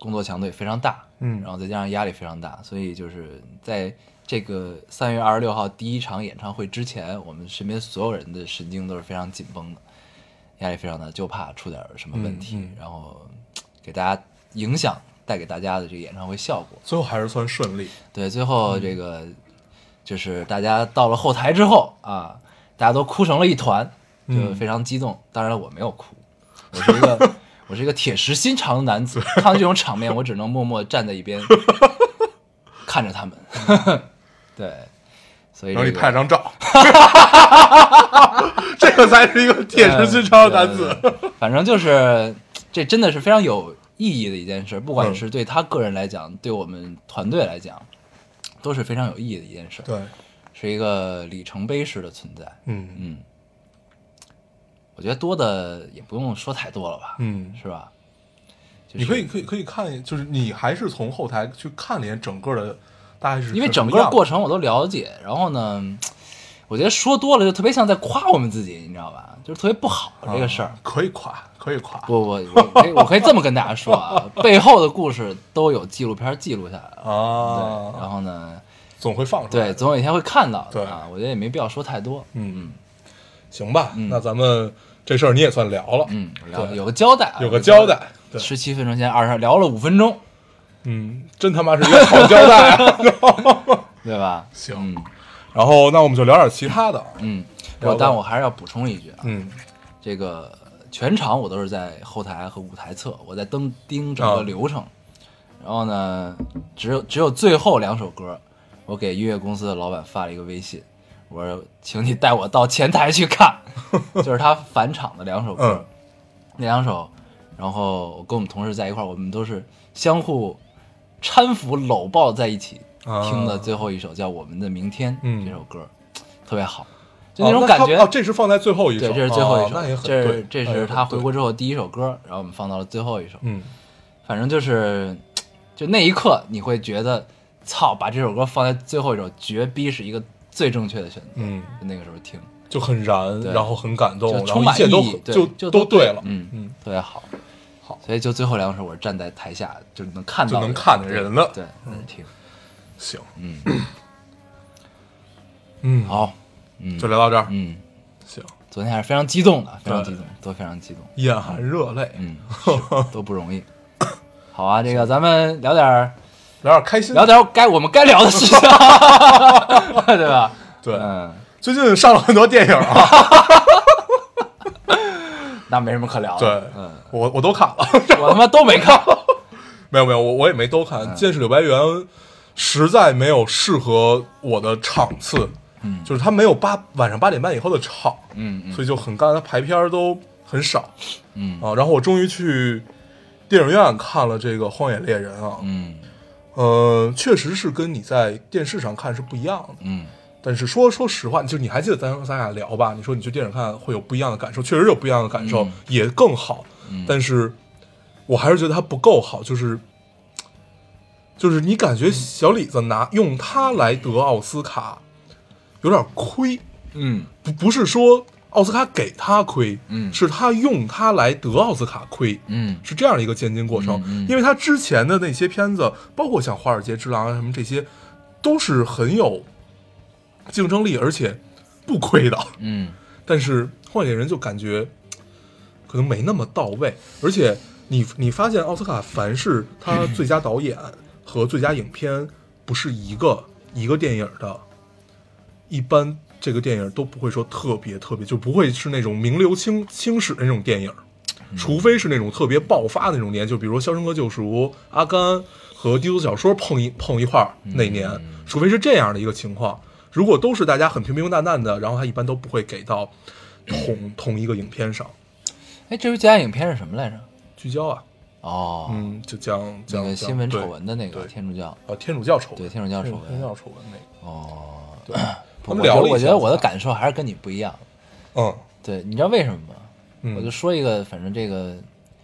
A: 工作强度也非常大，
C: 嗯
A: 然后再加上压力非常大，所以就是在这个三月二十六号第一场演唱会之前，我们身边所有人的神经都是非常紧绷的，压力非常大，就怕出点什么问题，
C: 嗯嗯
A: 然后嘖给大家影响带给大家的这个演唱会效果。
C: 最后还是算顺利。
A: 对，最
C: 嗯
A: 后这个、就是大家到了后台之后啊，大家都哭成了一团，就
C: 嗯
A: 非常激动。当然了，我没有哭，我是一 个我是一个铁石心肠的男子，看到这种场面，我只能默默站在一 边看着他们。 对，所以、
C: 嗯然
A: 这
C: 后
A: 个、
C: 你拍了张照， 这个才是一个铁石心肠的男子。
A: 对。对对反正就是这真的是非常有意义的一件事，不管
C: 嗯
A: 是对他个人来讲，对我们团队来讲，都是非常有意义的一件事。
C: 对，
A: 是一个里程碑式的存在。
C: 嗯
A: 嗯，我觉得多的也不用说太多了吧，
C: 嗯，
A: 是吧？就是、
C: 你可以，可以可以看，就是你还是从后台去看了一眼整个的大概是
A: 因为整个过程我都了解，然后呢，我觉得说多了就特别像在夸我们自己，你知道吧？就是特别不好
C: 程
A: 这个事儿。
C: 啊可以垮，可以垮
A: 不，我我可以我可以这么跟大家说啊，背后的故事都有纪录片记录下来了。对，然
C: 啊，
A: 后呢，
C: 总会放出来
A: 对，
C: 的。
A: 总有一天会看到
C: 对
A: 的啊。我觉得也没必要说太多。
C: 嗯嗯，行吧，那咱们这事儿你也算聊了，
A: 嗯，聊
C: 对
A: 有个交代啊，
C: 有个交代，对，
A: 十七分钟前二十聊了五分钟，
C: 嗯，真他妈是一个好交代啊。
A: 对吧？
C: 行，
A: 嗯
C: 然后那我们就聊点其他的啊，
A: 嗯，
C: 聊
A: 我
C: 吧
A: 但我还是要补充一句啊，
C: 嗯
A: 这个全场我都是在后台和舞台侧，我在登盯整
C: 哦
A: 个流程。然后呢，只有只有最后两首歌，我给音乐公司的老板发了一个微信，我说请你带我到前台去 看，就是他返场的两首歌。
C: 嗯
A: 那两首，然后我跟我们同事在一块儿，我们都是相互搀扶、搂抱在一起、
C: 啊
A: 听的最后一首叫《我们的明天》
C: 嗯
A: 这首歌，特别好，就那种感觉。
C: 哦，他哦这是放在最后一首，
A: 对，这是最后一
C: 哦
A: 首，
C: 那也很
A: 这
C: 对
A: 是这
C: 那也
A: 是
C: 很
A: 他回
C: 对
A: 国之后第一首歌，然后我们放到了最后一首。
C: 嗯
A: 反正就是，就那一刻你会觉得，操，把这首歌放在最后一首，绝逼是一个最正确的选择。
C: 嗯，
A: 就那个时候听，
C: 就很燃，
A: 对
C: 然后很感动，
A: 就
C: 然后
A: 充
C: 一
A: 满
C: 切都
A: 意义
C: 很
A: 对
C: 就
A: 就都
C: 都对了，
A: 嗯
C: 嗯，
A: 特别好。
C: 好
A: 所以就最后两首，我是站在台下就能看到
C: 就
A: 的，
C: 能看见人了
A: 对，在那听。
C: 行，
A: 嗯
C: 嗯，
A: 好，嗯，
C: 就聊到这儿，
A: 嗯，
C: 行，
A: 昨天还是非常激动的，非常
C: 对
A: 激动，都非常激动，
C: 眼含热泪，
A: 嗯，是都不容易。好啊，这个咱们聊点儿
C: 聊点开心，
A: 聊点儿该我们该聊的事情， 对吧？
C: 对，
A: 嗯，
C: 最近上了很多电影啊，
A: 那没什么可聊
C: 对
A: 的。，
C: 我我都看了，
A: 对， 我他妈都没看。
C: 没有没有，我我也没都看，
A: 嗯
C: 《剑士柳白猿》实在没有适合我的场次，
A: 嗯
C: 就是它没有八晚上八点半以后的场，
A: 嗯嗯
C: 所以就很干，它排片儿都很少
A: 嗯
C: 啊。然后我终于去电影院看了这个《荒野猎人》啊，
A: 嗯
C: 呃，确实是跟你在电视上看是不一样的。
A: 嗯
C: 但是说说实话，就你还记得咱咱俩聊吧？你说你去电影看会有不一样的感受，确实有不一样的感受，
A: 嗯
C: 也更好。但是我还是觉得它不够好，就是就是你感觉小李子拿用它来得奥斯卡有点亏，
A: 嗯
C: 不不是说奥斯卡给他亏，
A: 嗯
C: 是他用它来得奥斯卡亏，
A: 嗯
C: 是这样的一个渐进过程。
A: 嗯嗯
C: 因为他之前的那些片子，包括像《华尔街之狼》啊什么这些，都是很有竞争力，而且不亏的。
A: 嗯
C: 但是《荒野猎人》就感觉可能没那么到位，而且你你发现奥斯卡凡是他最佳导演和最佳影片不是一个
A: 嗯
C: 一个电影的，一般这个电影都不会说特别特别，就不会是那种名留青青史的那种电影，除非是那种特别爆发的那种年，就比如说《肖申克救赎》《阿甘》和《低俗小说》碰一碰一块儿那年，
A: 嗯
C: 除非是这样的一个情况。如果都是大家很平平淡淡的，然后他一般都不会给到同同一个影片上
A: 哎，这回最佳影片是什么来着？
C: 聚焦啊，
A: 哦，
C: 嗯，就讲
A: 那
C: 讲
A: 个
C: 讲
A: 新闻
C: 对
A: 丑闻的那个
C: 对
A: 天主教。
C: 呃，天主教丑闻，
A: 对天主教丑闻
C: 天主教丑闻那个，
A: 哦，
C: 对， 他
A: 我
C: 们
A: 觉
C: 聊
A: 得
C: 了一
A: 我觉
C: 下
A: 得我的
C: 子
A: 感受还是跟你不一样。
C: 嗯
A: 对，你知道为什么吗？
C: 嗯
A: 我就说一个，反正这个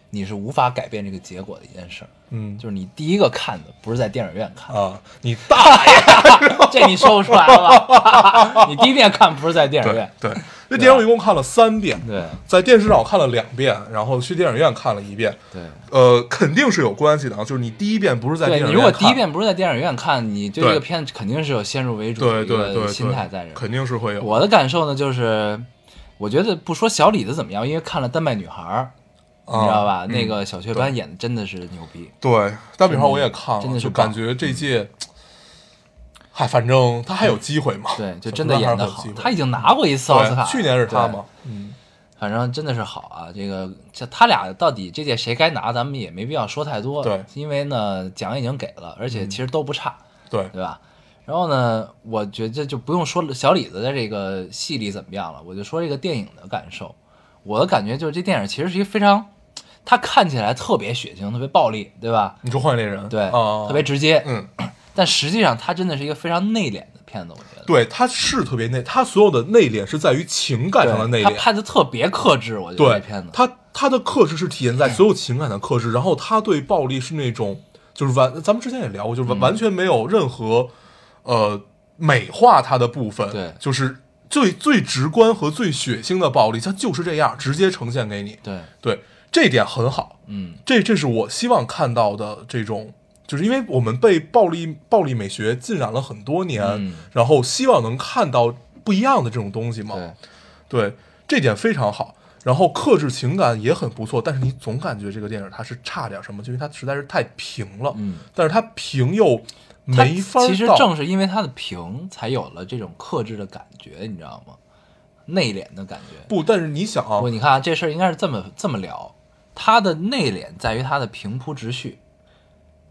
A: 你是无法改变这个结果的一件事儿，
C: 嗯
A: 就是你第一个看的不是在电影院看，
C: 啊，你大爷，
A: 这你说不出来了吧？ 你第一遍看不是在电影
C: 对
A: 院，
C: 对，那电影我一共看了三遍，
A: 对
C: 在电视上我看了两遍，然后去电影院看了一遍，
A: 对
C: 呃，肯定是有关系的啊，就是你第一遍不是在电
A: 对，
C: 影
A: 你
C: 院看，
A: 如果第一遍不是在电影院看，你对这
C: 对
A: 个片子肯定是有先入为主的
C: 对
A: 一
C: 对对
A: 个
C: 对
A: 心态在这儿。
C: 肯定是会有，
A: 我的感受呢，就是我觉得不说小李子怎么样，因为看了《丹麦女孩》，你
C: 啊
A: 知道吧？
C: 嗯
A: 那个小雀斑演的真的是牛逼，
C: 对，大饼号我也看了，
A: 真的是
C: 就
A: 棒嗯
C: 感觉这届，嗨，反正他还有机会嘛。
A: 对，就
C: 小
A: 真的
C: 猪
A: 演
C: 还是
A: 的
C: 有
A: 好
C: 机。会
A: 他已经拿过一次奥斯卡
C: 对
A: 了，
C: 去年是他
A: 对
C: 嘛？嗯，
A: 反正真的是好啊，这个这他俩到底这届谁该拿，咱们也没必要说太多，
C: 对嗯
A: 因为呢奖已经给了，而且其实都不差，
C: 对，
A: 对吧？然后呢，我觉得就不用说小李子在这个戏里怎么样了，我就说这个电影的感受。我的感觉就是这电影其实是一个非常，它看起来特别血腥、特别暴力，对吧？
C: 你说《荒野猎人》
A: 对，
C: 啊，
A: 特别直接。
C: 嗯，
A: 但实际上它真的是一个非常内敛的片子，我觉得。
C: 对，他是特别内，他所有的内敛是在于情感上的内
A: 他
C: 敛。
A: 拍的特别克制，我觉得
C: 对
A: 这片子，。
C: 他他的克制是体现在所有情感的克制，然后他对暴力是那种就是完，咱们之前也聊过，
A: 嗯
C: 就是完完全没有任何呃美化他的部分，
A: 对
C: 就是最最直观和最血腥的暴力，它就是这样直接呈现给你，
A: 对，
C: 对，这一点很好，
A: 嗯
C: 这这是我希望看到的这种，就是因为我们被暴力暴力美学浸染了很多年，
A: 嗯
C: 然后希望能看到不一样的这种东西嘛，
A: 对，
C: 对，这点非常好。然后克制情感也很不错，但是你总感觉这个电影它是差点什么，就因为它实在是太平了。
A: 嗯，
C: 但是它平又
A: 它
C: 没法儿
A: 其实
C: 到
A: 正是因为它的平，才有了这种克制的感觉，你知道吗？内敛的感觉。
C: 不，但是你想啊
A: 不，，你看啊，这事儿应该是这么这么聊，它的内敛在于它的平铺直叙，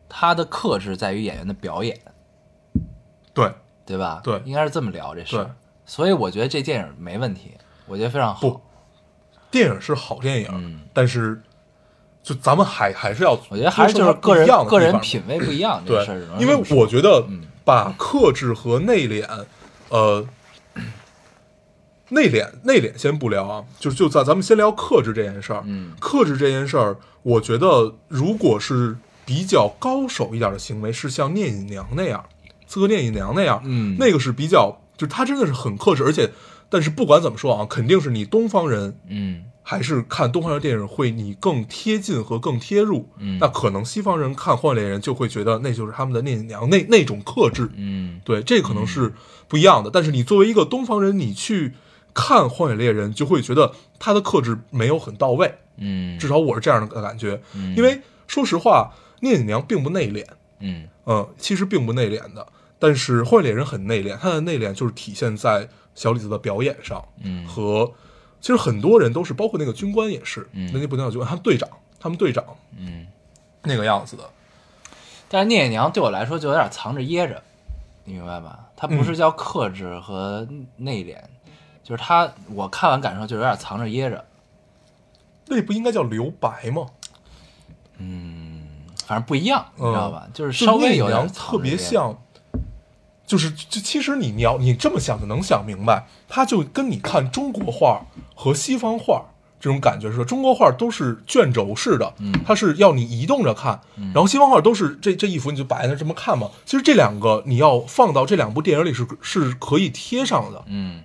A: 它的克制在于演员的表演，
C: 对，
A: 对吧？
C: 对
A: 应该是这么聊这事
C: 对
A: 儿。所以我觉得这电影没问题，我觉得非常好。
C: 不电影是好电影，
A: 嗯
C: 但是就咱们还还是要，
A: 我觉得还是就是个人个人品味不一样，这
C: 对
A: 个事儿只能，
C: 因
A: 这
C: 为
A: 么说嗯
C: 我觉得把克制和内敛，呃，内敛内敛先不聊啊，就就咱咱们先聊克制这件事儿。
A: 嗯，
C: 克制这件事儿，我觉得如果是比较高手一点的行为，是像聂隐娘那样，刺客聂隐娘那样，
A: 嗯
C: 那个是比较，就是他真的是很克制，而且但是不管怎么说啊，肯定是你东方人
A: 嗯
C: 还是看东方人电影会你更贴近和更贴入。
A: 嗯
C: 那可能西方人看《换脸人》就会觉得那就是他们的聂隐娘那那种克制。
A: 嗯
C: 对，这可能是不一样的。但是你作为一个东方人，你去看《荒野猎人》，你就会觉得他的克制没有很到位，
A: 嗯，
C: 至少我是这样的感觉。
A: 嗯
C: 因为说实话，聂隐娘并不内敛，
A: 嗯
C: 嗯，其实并不内敛的。但是《荒野猎人》很内敛，他的内敛就是体现在小李子的表演上，
A: 嗯
C: 和其实很多人都是，包括那个军官也是，
A: 嗯
C: 那那不能叫军官，他们队长，他们队长
A: 嗯。
C: 那个样子的，
A: 但是聂隐娘对我来说就有点藏着掖着，你明白吧？它不
C: 嗯
A: 是叫克制和内敛，就是它我看完感受就有点藏着掖着，
C: 那不应该叫留白吗？
A: 反正不一样，你知道吧？就是稍
C: 就
A: 微
C: 是
A: 有
C: 那
A: 点
C: 娘
A: 草
C: 特
A: 莓
C: 别
A: 味，
C: 像，就是就其实你你要你这么想就能想明白，它就跟你看中国画和西方画这种感觉似的。中国画都是卷轴式的，
A: 嗯
C: 它是要你移动着看，然后西方画都是这这一幅你就摆在那儿这么看嘛。其实这两个你要放到这两部电影里是是可以贴上的，
A: 嗯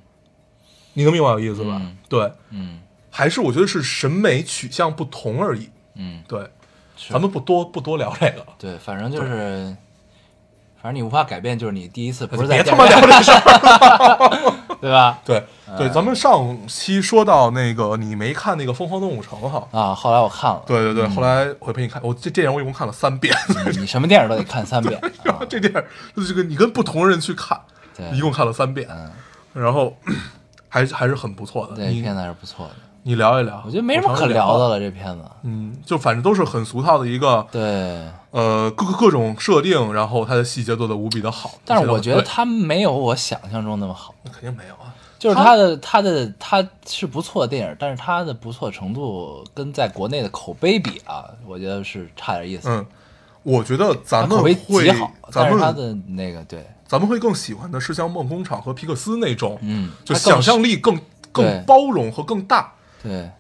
C: 你能明白我意思吧？
A: 嗯
C: 对，
A: 嗯
C: 还是我觉得是审美取向不同而已。
A: 嗯，
C: 对，
A: 是
C: 咱们不多不多聊这个了。
A: 对，反正就是，反正你无法改变，就是你第一次不是在
C: 呃别
A: 电
C: 他
A: 影
C: 妈聊
A: 院
C: 这事 儿，
A: 对吧？
C: 对
A: 嗯
C: 对，咱们上期说到那个你没看那个《疯狂动物城》哈，
A: 啊，后来我看了，
C: 对对对，后来我陪你看，我这电影我一共看了三遍，
A: 嗯你你什么电影都得看三遍啊，
C: 这电影就是跟你跟不同人去看，
A: 对嗯
C: 一共看了三遍，然后 还是还是很不错的。
A: 这
C: 你
A: 片子还是不错的，
C: 你聊一聊，
A: 我觉得没什么
C: 我尝
A: 可
C: 试
A: 聊的。了，这片子，
C: 嗯，就反正都是很俗套的一个，
A: 对，
C: 呃，各各种设定，然后它的细节做的无比的好。
A: 但是我觉得
C: 对
A: 它没有我想象中那么好，
C: 肯定没有啊，
A: 就是它的它的它是不错的电影，但是它的不错程度跟在国内的口碑比啊，我觉得是差点意思。
C: 嗯，我觉得咱
A: 它
C: 们
A: 口碑极
C: 会
A: 好，，但
C: 咱
A: 是它
C: 们
A: 的那个对，
C: 咱们会更喜欢的是像梦工厂和皮克斯那种，
A: 嗯
C: 就
A: 它更
C: 想象力更
A: 对
C: 更包容和更大。
A: 对，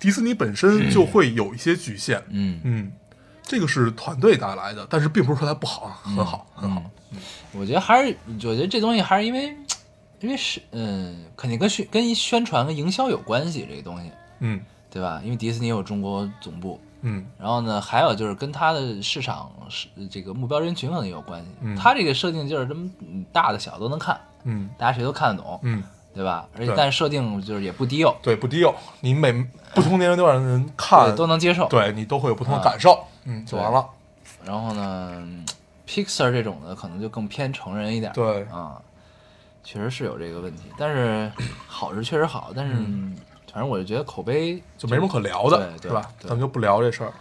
C: 迪士尼本身就会有一些局限，
A: 嗯。
C: 嗯，这个是团队带来的，但是并不是说它不好，啊很好，很
A: 嗯
C: 好。
A: 我觉得还是，我觉得这东西还是因为，因为是，嗯，肯定跟宣跟宣传跟营销有关系，这个东西，
C: 嗯
A: 对吧？因为迪士尼有中国总部，
C: 嗯
A: 然后呢，还有就是跟它的市场是这个目标人群可能也有关系。
C: 嗯
A: 它这个设定就是这么嗯大的小都能看，
C: 嗯
A: 大家谁都看得懂，
C: 嗯，
A: 对吧？而且
C: 对
A: 但是设定就是也不低幼，
C: 对，不低幼，你每不同年龄段的人看
A: 对，都能接受。，
C: 对你都会有不同的感受，嗯，就
A: 对
C: 完了。
A: 然后呢嗯，Pixar 这种的可能就更偏成人一点。
C: 对
A: 啊，确实是有这个问题，但是 好是确实好，但是、
C: 嗯
A: 反正我就觉得口碑
C: 就没什么可聊的，
A: 对对
C: 是吧？
A: 对
C: 咱们就不聊这事儿。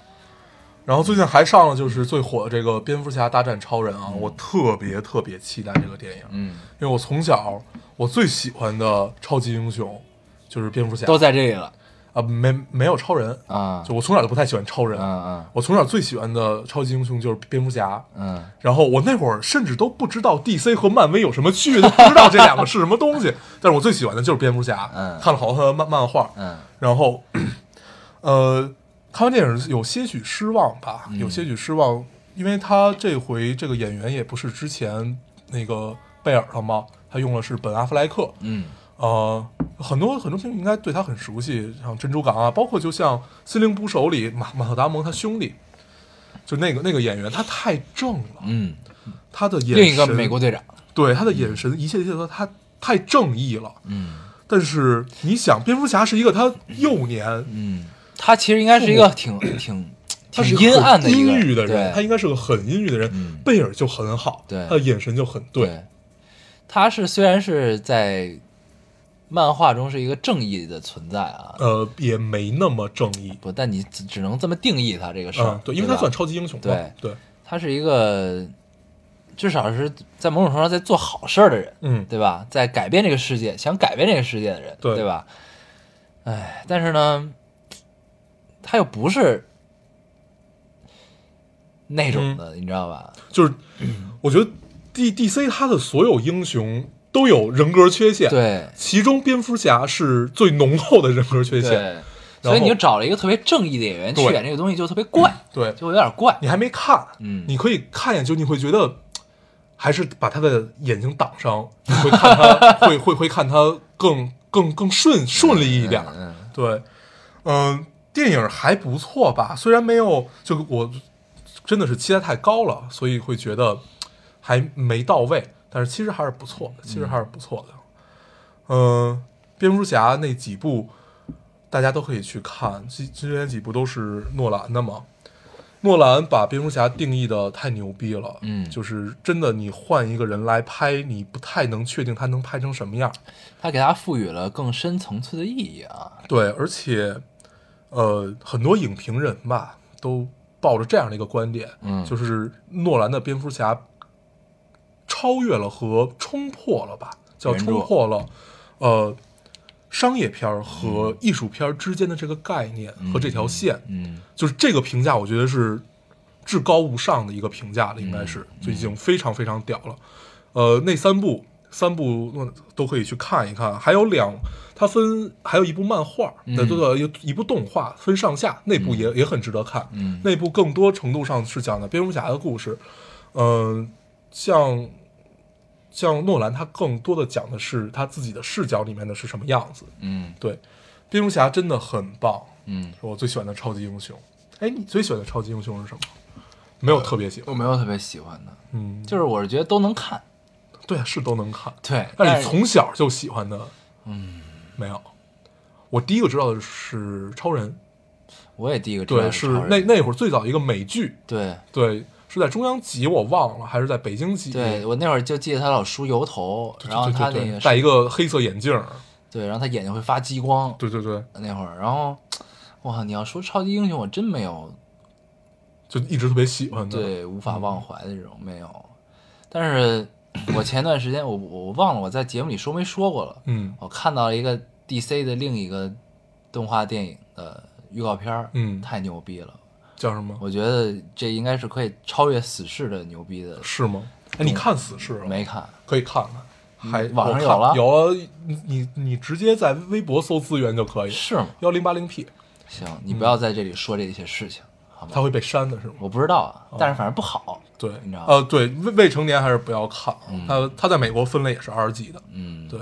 C: 然后最近还上了就是最火的这个《蝙蝠侠大战超人》啊，我特别特别期待这个电影，
A: 嗯
C: 因为我从小我最喜欢的超级英雄就是蝙蝠侠，
A: 都在这里了
C: 啊没没有超人，
A: 啊，
C: 就我从小就不太喜欢超人，
A: 嗯
C: 我从小最喜欢的超级英雄就是蝙蝠侠。
A: 嗯嗯，
C: 然后我那会儿甚至都不知道 DC 和漫威有什么区别，都不知道这两个是什么东西。 但是我最喜欢的就是蝙蝠侠，
A: 嗯
C: 看了好多他的漫漫画，
A: 嗯，
C: 然后， 呃，看完电影有些许失望吧，
A: 嗯
C: 有些许失望，因为他这回这个演员也不是之前那个贝尔了吗？他用的是本阿弗莱克，
A: 嗯，
C: 呃，很多很多听众应该对他很熟悉，像《珍珠港》啊，包括就像《心灵捕手》里马马特达蒙他兄弟，就那个那个演员，他太正了，
A: 嗯，
C: 他的眼神，
A: 另一个美国队长，
C: 对他的眼神，一切一切都他太正义了。
A: 嗯
C: 但是你想，蝙蝠侠是一个他幼年，
A: 嗯，他其实应该是一个挺挺
C: 他
A: 挺
C: 是
A: 阴暗的一个
C: 阴郁的人，
A: 对
C: 他应该是个很阴郁的人。
A: 嗯
C: 贝尔就很好，
A: 对
C: 他的眼神就很对，
A: 对，他是虽然是在漫画中是一个正义的存在啊，
C: 呃，也没那么正义，
A: 不，但你只只能这么定义他这个事儿
C: 嗯，，对，因为他
A: 吧
C: 算超级英雄嘛，
A: 对
C: 对，
A: 他是一个至少是在某种程度上在做好事儿的人，
C: 嗯，
A: 对吧？在改变这个世界，想改变这个世界的人，对
C: 对
A: 吧？哎，但是呢，他又不是那种
C: 嗯
A: 的，你知道吧？
C: 就是我觉得 D D C 他的所有英雄都有人格缺陷，，
A: 对
C: 其中蝙蝠侠是最浓厚的人格缺陷，
A: 对，所以你就找了一个特别正义的演员去
C: 对嗯
A: 演这个东西，就特别怪，
C: 对，
A: 就有点怪。
C: 你还没看，
A: 嗯
C: 你可以看一眼，就你会觉得。还是把他的眼睛挡上，你会看他 会会会看他更更更顺顺利一点，
A: 嗯，
C: 对，嗯、电影还不错吧，虽然没有，就我真的是期待太高了，所以会觉得还没到位，但是其实还是不错的，其实还是不错的。嗯、蝙蝠侠那几部大家都可以去看，之之前几部都是诺兰的嘛。诺兰把蝙蝠侠定义的太牛逼了，
A: 嗯
C: 就是真的，你换一个人来拍，你不太能确定他能拍成什么样。
A: 他给他赋予了更深层次的意义啊。
C: 对，而且，呃，很多影评人吧都抱着这样的一个观点，
A: 嗯
C: 就是诺兰的蝙蝠侠超越了和冲破了吧，叫
A: 原著
C: 冲破了，呃，商业片儿和艺术片儿之间的这个概念和这条线，
A: 嗯
C: 就是这个评价，我觉得是至高无上的一个评价了，应该是就已经非常非常屌了。呃，那三部三部呃都可以去看一看，还有两，它分还有一部漫画，对对对，一一部动画分上下，那部也、也很值得看。
A: 嗯
C: 那部更多程度上是讲的蝙蝠侠的故事，嗯、像像诺兰他更多的讲的是他自己的视角里面的是什么样子。
A: 嗯
C: 对，蝙蝠侠真的很棒，
A: 嗯，
C: 是我最喜欢的超级英雄。哎，你最喜欢的超级英雄是什么？没有特别喜欢，
A: 我没有特别喜欢的，
C: 嗯，
A: 呃就是我是觉得都能看，
C: 对啊，是都能看。
A: 对，
C: 那
A: 但
C: 你
A: 是
C: 从小就喜欢的，嗯，没有。我第一个知道的是超人，
A: 我也第一个知道
C: 对，是
A: 是超人
C: 那那会儿最早一个美剧，
A: 对
C: 对，是在中央集我忘了，还是在北京集？
A: 对，我那会儿就记得他老梳油头，
C: 嗯对，
A: 然后
C: 对对
A: 他
C: 对
A: 那个
C: 戴一
A: 个
C: 个黑色眼镜儿，
A: 对，然后他眼睛会发激光，
C: 对对对，
A: 那会儿，然后哇，你要说超级英雄，我真没有
C: 就一直特别喜欢的。嗯
A: 对无法忘怀的这种没有，但是我前段时间我我我忘了我在节目里说没说过了，
C: 嗯
A: 我看到了一个 DC 的另一个动画电影的预告片儿，
C: 嗯
A: 太牛逼了！
C: 叫什么？
A: 我觉得这应该是可以超越死侍的牛逼的，
C: 是吗？哎，你看死侍了？
A: 没看，
C: 可以看看，还
A: 嗯网上
C: 我看
A: 有了
C: 有了，你你你直接在微博搜资源就可以，
A: 是吗？
C: 幺零八零 P，
A: 行，你
C: 嗯
A: 不要在这里说这些事情，好
C: 它
A: 吗？
C: 会被删的是吗？
A: 我不知道啊，
C: 哦
A: 但是反正不好，
C: 对，
A: 你知道
C: 呃，对，未未成年还是不要看，它它在美国分类也是 R 级的，
A: 嗯，
C: 对，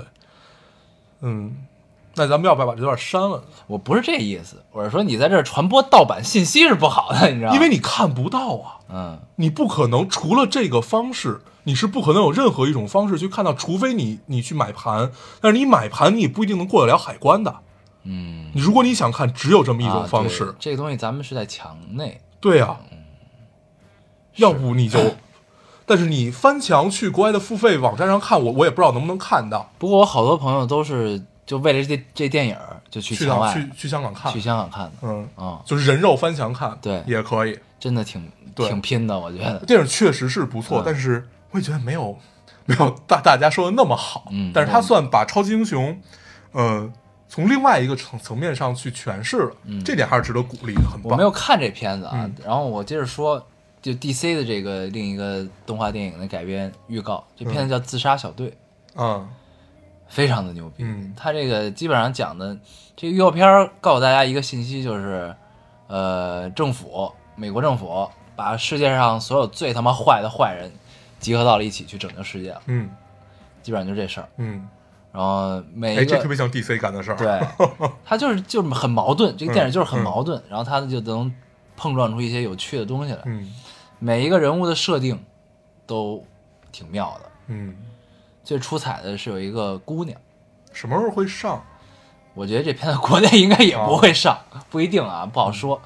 C: 嗯，那咱们要不要把这段删了呢？
A: 我不是这意思，我是说你在这儿传播盗版信息是不好的，你知道吗？
C: 因为你看不到啊，
A: 嗯，
C: 你不可能除了这个方式，你是不可能有任何一种方式去看到，除非你你去买盘，但是你买盘你也不一定能过得了海关的。
A: 嗯，
C: 你如果你想看，只有这么一种
A: 啊
C: 方
A: 对
C: 式，
A: 这个东西咱们是在墙内，
C: 对呀、
A: 嗯
C: 要不你就，但是
A: 哎
C: 你翻墙去国外的付费网站上看，我我也不知道能不能看到，
A: 不过我好多朋友都是就为了这这电影儿就去
C: 去
A: 墙
C: 哪
A: 外
C: 去去香港看
A: 去，香港看的，
C: 嗯，
A: 嗯，
C: 就是人肉翻墙看，
A: 对
C: 也可以。
A: 真的挺
C: 对
A: 挺拼的，我觉得。
C: 电影确实是不错，
A: 嗯
C: 但是我也觉得没有 没有大大家说的那么好。
A: 嗯
C: 但是他算把超级英雄，呃，从另外一个层层面上去诠释了，这点还是值得鼓励的，很
A: 嗯我
C: 棒。
A: 没有看这片子啊
C: 嗯，
A: 然后我接着说，就 DC 的这个另一个动画电影的改编预告，这片子叫《自杀小队》，
C: 嗯
A: 非常的牛逼。
C: 嗯
A: 他这个基本上讲的这个预告片儿告诉大家一个信息，就是呃，政府美国政府把世界上所有最他妈坏的坏人集合到了一起去拯救世界了，
C: 嗯
A: 基本上就这事儿。
C: 嗯，
A: 然后每
C: 哎，
A: 一个
C: 这特别像 DC 干的事儿。，
A: 对，他就是就是很矛盾，这个
C: 嗯
A: 电影就是很矛盾，然后他就能碰撞出一些有趣的东西来。
C: 嗯
A: 每一个人物的设定都挺妙的，
C: 嗯，
A: 最出彩的是有一个姑娘，
C: 什么时候会上？
A: 我觉得这片子国内应该也不会上，
C: 哦
A: 不一定啊，
C: 嗯
A: 不好说。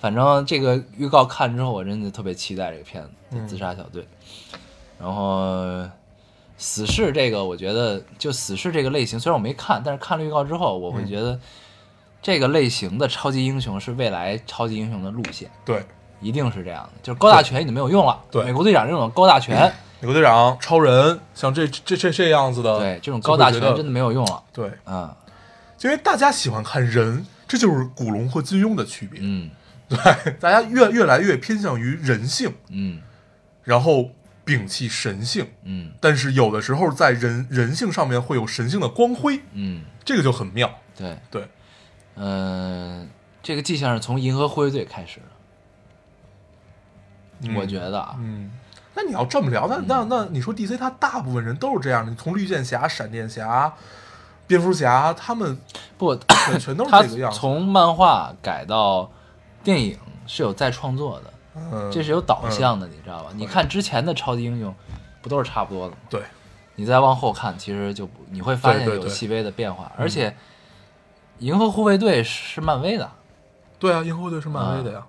A: 反正这个预告看之后，我真的特别期待这个片子
C: 嗯
A: 《自杀小队》。然后，死侍这个，我觉得就死侍这个类型，虽然我没看，但是看了预告之后，我
C: 嗯
A: 会觉得这个类型的超级英雄是未来超级英雄的路线，
C: 对，
A: 一定是这样的。就是高大全已经没有用了，
C: 对
A: 美国队长这种高大全，
C: 美国队长、超人，像这这这这样子的，
A: 对这种高大
C: 嗯就
A: 全
C: 会觉得
A: 真的没有用了。
C: 对，
A: 嗯
C: 就因为大家喜欢看人，这就是古龙和金庸的区别。
A: 嗯
C: 对， 大家越越来越偏向于人性。
A: 嗯
C: 然后摒弃神性，
A: 嗯
C: 但是有的时候在人人性上面会有神性的光辉，
A: 嗯，
C: 这个就很妙。
A: 对。
C: 对，
A: 嗯，这个迹象是从《银河护卫队》开始的，
C: 嗯
A: 我觉得嗯啊，
C: 嗯，那你要这么聊，那那那你说 DC 它大部分人都是这样的，你从绿箭侠、闪电侠、蝙蝠侠，他们
A: 不，
C: 全全都是
A: 他
C: 这个样子。
A: 从漫画改到电影是有再创作的，
C: 嗯，
A: 这是有导向的，你知道吧？你看之前的超级英雄，不都是差不多的吗？
C: 对，
A: 你再往后看，其实就不你会发现
C: 对对嗯
A: 有
C: 对
A: 细微的变化，而且《银河护卫队》是漫威的
C: 对啊，银河护卫队是漫威的呀。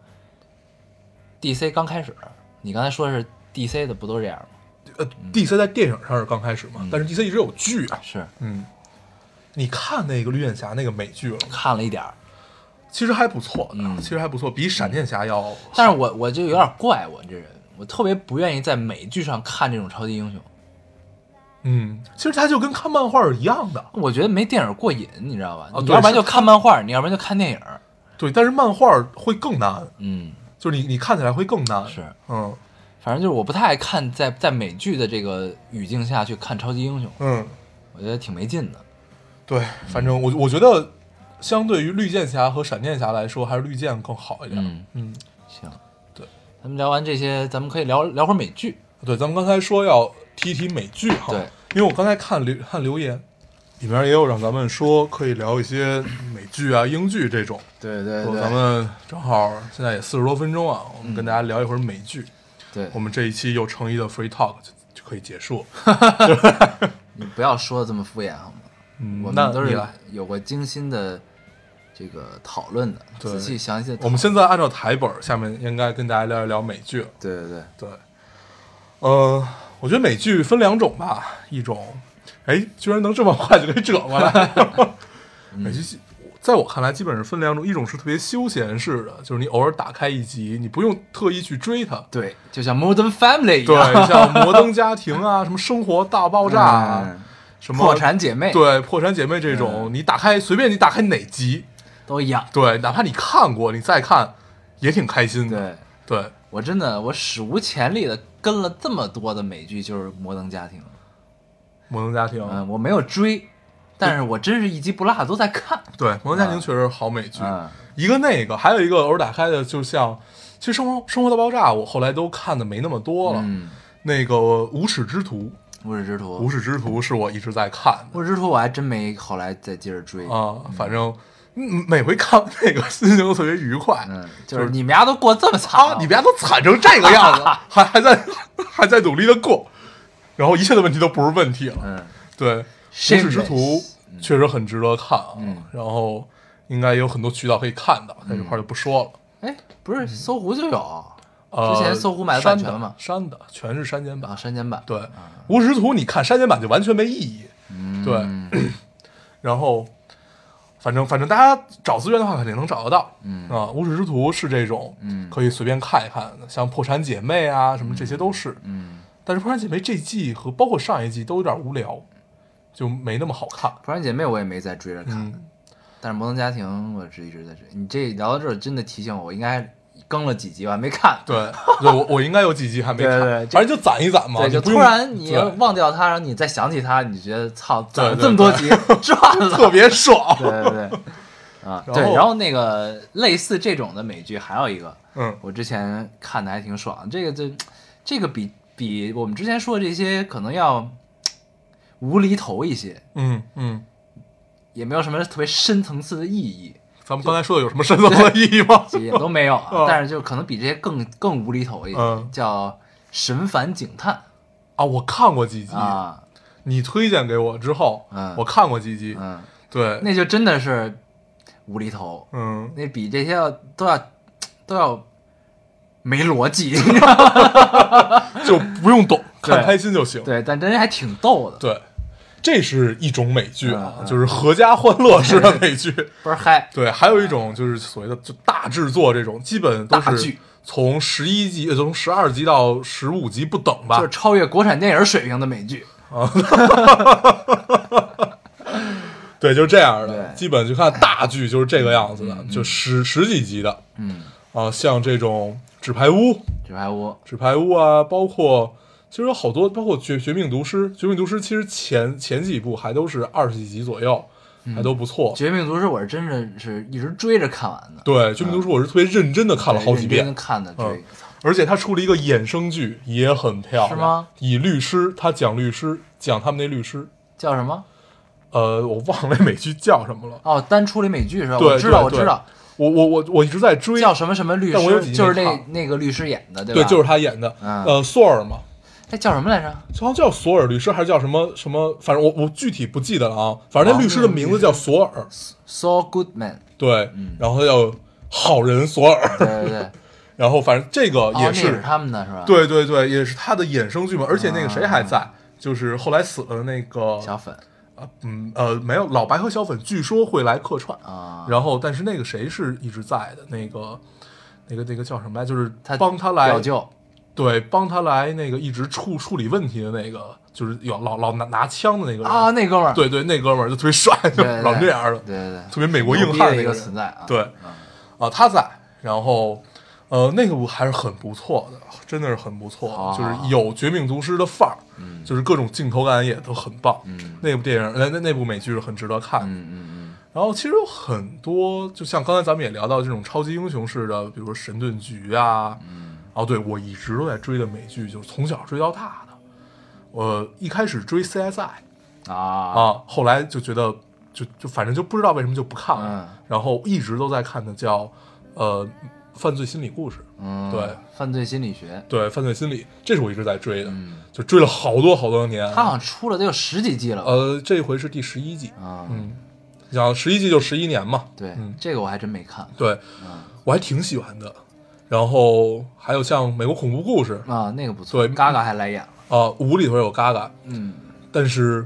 A: ，DC 刚开始，你刚才说的是 DC 的，不都这样吗？
C: 呃，DC 在电影上是刚开始嘛，但是 DC 一直有剧啊。
A: 是
C: 嗯，你看那个绿箭侠那个美剧了吗，
A: 看了一点儿，
C: 其实还不错的，
A: 嗯
C: 其实还不错，比闪电侠要好。
A: 但是我我就有点怪，我这人，我特别不愿意在美剧上看这种超级英雄。
C: 嗯，其实它就跟看漫画儿一样的，
A: 我觉得没电影过瘾，你知道吧？
C: 哦
A: 你
C: 对
A: 要不然
C: 是
A: 就看漫画，你要不然就看电影。
C: 对，但是漫画儿会更难，
A: 嗯，
C: 就是你你看起来会更难，
A: 是，
C: 嗯
A: 反正就是我不太爱看在在美剧的这个语境下去看超级英雄，
C: 嗯，
A: 我觉得挺没劲的。
C: 对，反正我我觉得，相对于绿箭侠和闪电侠来说，还是绿箭更好一点，
A: 嗯
C: 嗯
A: 行，
C: 对，
A: 咱们聊完这些，咱们可以聊聊会儿美剧。
C: 对，咱们刚才说要提一提美剧哈，
A: 对，
C: 因为我刚才看留看留言，里面也有让咱们说可以聊一些美剧啊、英剧这种。
A: 对对嗯
C: 说咱们正好现在也四十多分钟啊，我们跟大家聊一会儿美剧。
A: 对
C: 我，们这一期又成一的 free talk 就就可以结束。
A: 你不要说的这么敷衍好吗？
C: 嗯
A: 我
C: 那
A: 们都
C: 你
A: 是
C: 来。
A: 有过精心的这个讨论的，
C: 对
A: 仔细详细的。
C: 我们现在按照台本儿，下面应该跟大家聊一聊美剧了。
A: 对对对，
C: 对，呃，我觉得美剧分两种吧，一种，哎，居然能这么快就给折 过来。
A: 嗯
C: 美剧在我看来，基本上分两种，一种是特别休闲式的，就是你偶尔打开一集，你不用特意去追它。
A: 对，就像 Modern Family 一
C: 对
A: 样，，
C: 像《摩登家庭》啊，什么《生活大爆炸》啊
A: 嗯，
C: 什么
A: 破产姐妹嗯
C: 对《破产姐妹》这种，你打开随便你打开哪集，
A: 都一样。
C: 对，哪怕你看过，你再看也挺开心的。
A: 对
C: 对，
A: 我真的我史无前例的跟了这么多的美剧，就是《摩登家庭》。
C: 摩登家庭》
A: 嗯，我没有追，但是我真是一集不落都在看。
C: 对，《摩登家庭》确实是好美剧，
A: 嗯
C: 一个那个，还有一个偶尔打开的，就像其实生活《生活大爆炸》，我后来都看的没那么多了。
A: 嗯，
C: 那个《无耻之徒》，
A: 《无耻之
C: 《
A: 徒》
C: 无耻之徒》是我一直在看
A: 无耻之徒我还真没后来再接着追
C: 的。啊，反正嗯每回看那个心情都特别愉快。
A: 嗯，就是你们家都过这么惨
C: 啊
A: 了，
C: 你别都惨成这个样子，还还在还在努力的过，然后一切的问题都不是问题了。
A: 嗯，
C: 对，《无耻
A: Shameless，
C: 之徒》确实很值得看啊，
A: 嗯
C: 然后应该有很多渠道可以看到，在这块儿就不说了。
A: 哎，不
C: 嗯
A: 是搜狐就有，
C: 呃，
A: 之前搜狐买的版权嘛，
C: 删的全是删减版。
A: 啊，删减版，
C: 对，《无耻之徒》你看删减版就完全没意义。
A: 嗯，对，
C: 然后，反正反正大家找资源的话，肯定能找得到。
A: 嗯
C: 啊，《无耻之徒》是这种，
A: 嗯
C: 可以随便看一看的，像《破产姐妹》啊什么这些都是。
A: 嗯，
C: 但是《破产姐妹》这季和包括上一季都有点无聊，就没那么好看。
A: 《破产姐妹》我也没再追着看，
C: 嗯，
A: 但是《摩登家庭》我是一直在追。你这聊到这儿，真的提醒我，我应该更了几集吧，还没看。
C: 对，对我我应该有几集还没看，
A: 对对对
C: 反正就攒一攒嘛，
A: 对，就
C: 不
A: 突
C: 用
A: 然你
C: 对
A: 忘掉它，然后你再想起它，你觉得操，攒了
C: 对
A: 这么多集， 赚
C: 特
A: 了。
C: 别爽。
A: 对对对，啊，
C: 然后
A: 对，然后那个类似这种的美剧还有一个，
C: 嗯
A: 我之前看的还挺爽，这个就这个比比我们之前说的这些可能要无厘头一些，
C: 嗯嗯，
A: 也没有什么特别深层次的意义，
C: 咱们刚才说的有什么深层的意义吗？
A: 也都没有啊
C: 嗯。
A: 但是就可能比这些更更无厘头一些，
C: 嗯
A: 叫《神烦警探
C: 啊，我看过几集，》
A: 啊，
C: 你推荐给我之后，
A: 嗯
C: 我看过几集，
A: 嗯，
C: 对，
A: 那就真的是无厘头，
C: 嗯，
A: 那比这些要都要都要没逻辑，
C: 就不用懂，
A: 对
C: 看开心就行。
A: 对，但真是还挺逗的，
C: 对，这是一种美剧啊
A: 嗯，嗯
C: 就是合家欢乐式的美剧。
A: 倍儿嗨，
C: 对，还有一种就是所谓的就大制作这种，基本都
A: 大
C: 是
A: 剧
C: 从十一集、呃从十二集到十五集不等吧
A: 就是。超越国产电影水平的美剧，
C: 对，就是这样的，
A: 对
C: 基本就看大剧就是这个样子的，就十十几集的
A: 嗯，
C: 啊，像这种《纸牌屋》，《
A: 纸牌屋，
C: 纸牌屋》啊，包括。其实有好多，包括绝《绝命毒师》，《绝命毒师》其实前前几部还都是二十几集左右，
A: 嗯
C: 还都不错。
A: 《绝命毒师》我是真的是一直追着看完的，
C: 对，《绝命毒师》我是特别认真的看了好几
A: 认真
C: 遍，
A: 看的追
C: 嗯，而且他出了一个衍生剧，也很漂亮，
A: 是吗？
C: 以律师，他讲律师，讲他们那律师，
A: 叫什么？
C: 呃，我忘了那美 剧叫什么了，
A: 哦，单出了一美剧是吧？
C: 对
A: 我知道，
C: 对
A: 我知道，
C: 我我我我一直在追，
A: 叫什么什么律
C: 但我有几
A: 师，
C: 集
A: 就是
C: 没
A: 那
C: 看
A: 那个律师演的，对吧？
C: 对，就是他演的，
A: 嗯
C: 呃，索尔嘛，
A: 哎，叫什么来着？
C: 好像叫索尔律师还是叫什么什么，反正我我具体不记得了啊，反正那
A: 哦
C: 律师的名字叫索尔，
A: Saul Goodman，
C: 对，
A: 嗯
C: 然后他叫好人索
A: 对
C: 尔，
A: 对 对，
C: 然后反正这个
A: 嗯哦，
C: 也
A: 那是他们的是吧？，
C: 对对对，也是他的衍生剧嘛，而且那个谁还在，就是后来死了的那个
A: 啊小粉
C: 呃嗯呃没有老白和小粉，据说会来客串，
A: 啊，
C: 然后但是那个谁是一直在的，那个那个那个叫什么来，就是
A: 他
C: 帮他来
A: 表舅
C: 对帮他来那个一直处处理问题的那个就是有老老拿拿枪的那个人
A: 啊，，那哥们儿，
C: 对对，那哥们儿就特别帅，就
A: 对对
C: 老这样的，
A: 对对对，
C: 特别美国
A: 牛
C: 硬汉
A: 逼的
C: 那
A: 一个
C: 人
A: 存在啊，
C: 对
A: 嗯
C: 啊，他在，然后呃，那个还是很不错的，真的是很不错的，
A: 好好
C: 就是有《绝命毒师》的范儿，就是各种镜头感也都很棒。
A: 嗯
C: 那部电影，那那那部美剧是很值得看的。
A: 嗯嗯
C: 然后其实有很多，就像刚才咱们也聊到这种超级英雄式的，比如说《神盾局》啊，嗯，哦，对我一直都在追的美剧，就是从小追到大的。我一开始追 CSI
A: 嗯啊
C: 啊，后来就觉得就就反正就不知道为什么就不看了，
A: 嗯
C: 然后一直都在看的叫呃犯罪心理故事，
A: 嗯，
C: 对，
A: 犯罪心理学，
C: 对犯罪心理，这是我一直在追的，就追了好多好多年。
A: 他嗯好像出了得有十几季了吧，
C: 呃，这回是第十一季，
A: 啊，
C: 嗯，你想十一季就十一年嘛，
A: 对啊
C: 嗯，
A: 这个我还真没看
C: 对，我还挺喜欢的。然后还有像美国恐怖故事
A: 啊，那个不错，
C: 对
A: 嘎嘎还来演了，
C: 啊，五里头有嘎嘎，
A: 嗯，
C: 但是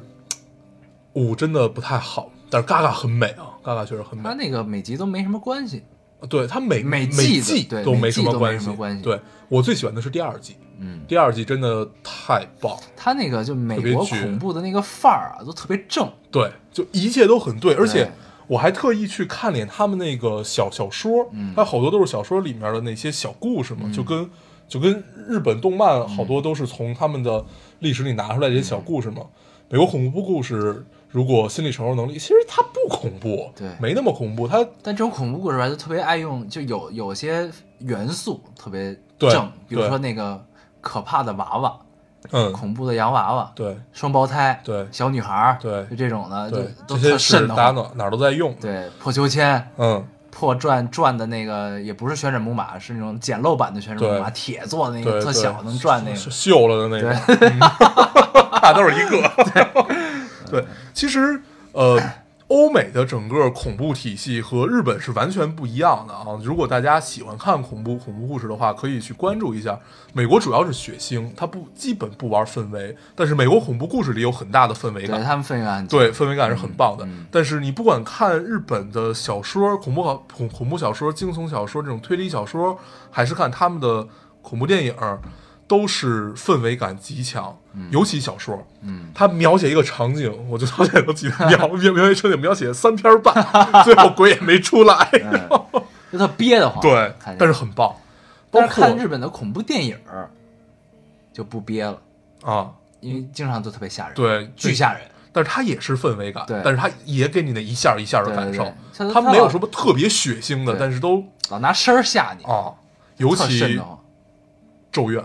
C: 五真的不太好，但是嘎嘎很美啊，嘎嘎确实很美
A: 他。那个每集都没什么关系，
C: 对它每
A: 每季
C: 季
A: 的对
C: 都
A: 每
C: 没
A: 季
C: 什么
A: 都没
C: 关
A: 什么关系
C: 对我最喜欢的是第二季，
A: 嗯，
C: 第二季真的太棒，
A: 他那个就美
C: 特别
A: 国
C: 绝
A: 恐怖的那个范儿啊，都特别正，
C: 对，就一切都很对，而且
A: 对
C: 我还特意去看了一眼他们那个小小说，
A: 嗯
C: 它好多都是小说里面的那些小故事嘛，就跟就跟日本动
A: 嗯
C: 漫好多都是从他们的历史里拿出来这些小故事嘛。美国恐怖故事如果心理承受能力，其实它不恐怖，
A: 对
C: 没那么恐怖，它
A: 但这种恐怖故事吧，就特别爱用，就有有些元素特别
C: 对
A: 正，比如
C: 对
A: 说那个可怕的娃娃，
C: 嗯，
A: 恐怖的洋娃娃，
C: 对
A: 双胞胎，
C: 对
A: 小女孩儿，
C: 对
A: 就这种的，
C: 对，
A: 就
C: 这
A: 都
C: 些
A: 特
C: 是
A: 瘆得
C: 打
A: 慌。
C: 哪哪儿都在用，
A: 对，破秋千、
C: 嗯，
A: 破转转的那个，也不是旋转木马，是那种简陋版的旋转木马，
C: 对
A: 铁做的那
C: 对
A: 个，特小，
C: 对
A: 能转那
C: 是
A: 个。
C: 锈了的那个， 大都是一个。对， 其实呃，欧美的整个恐怖体系和日本是完全不一样的啊。如果大家喜欢看恐怖恐怖故事的话，可以去关注一下。美国主要是血腥，它不基本不玩氛围，但是美国恐怖故事里有很大的氛围
A: 对
C: 感。
A: 他们分感很强，
C: 对，氛围感是很棒的。
A: 嗯
C: 但是你不管看日本的小说、恐怖好恐恐怖小说、惊悚小说这种推理小说，还是看他们的恐怖电影，都是氛围感极强。尤其小说，嗯，他描写一个场景，我就到现在都 记得描描描写场景描写三篇半， 最后鬼也没 出来。
A: 就特憋得慌。
C: 对
A: 看，着
C: 但是很棒。包
A: 但是看
C: 括
A: 日本的恐怖电影儿就不憋了，
C: 啊，
A: 因为经常都特别吓人，，
C: 对，
A: 巨吓人。
C: 但是它也是氛围感，
A: 对
C: 但是它也给你那一下一下的
A: 对
C: 感
A: 对
C: 受
A: 对它，它
C: 它没有
A: 老
C: 什么特别血腥的，
A: 对
C: 但是都
A: 老拿声儿吓你，
C: 啊，尤
A: 特瘆
C: 其
A: 得慌
C: 咒怨，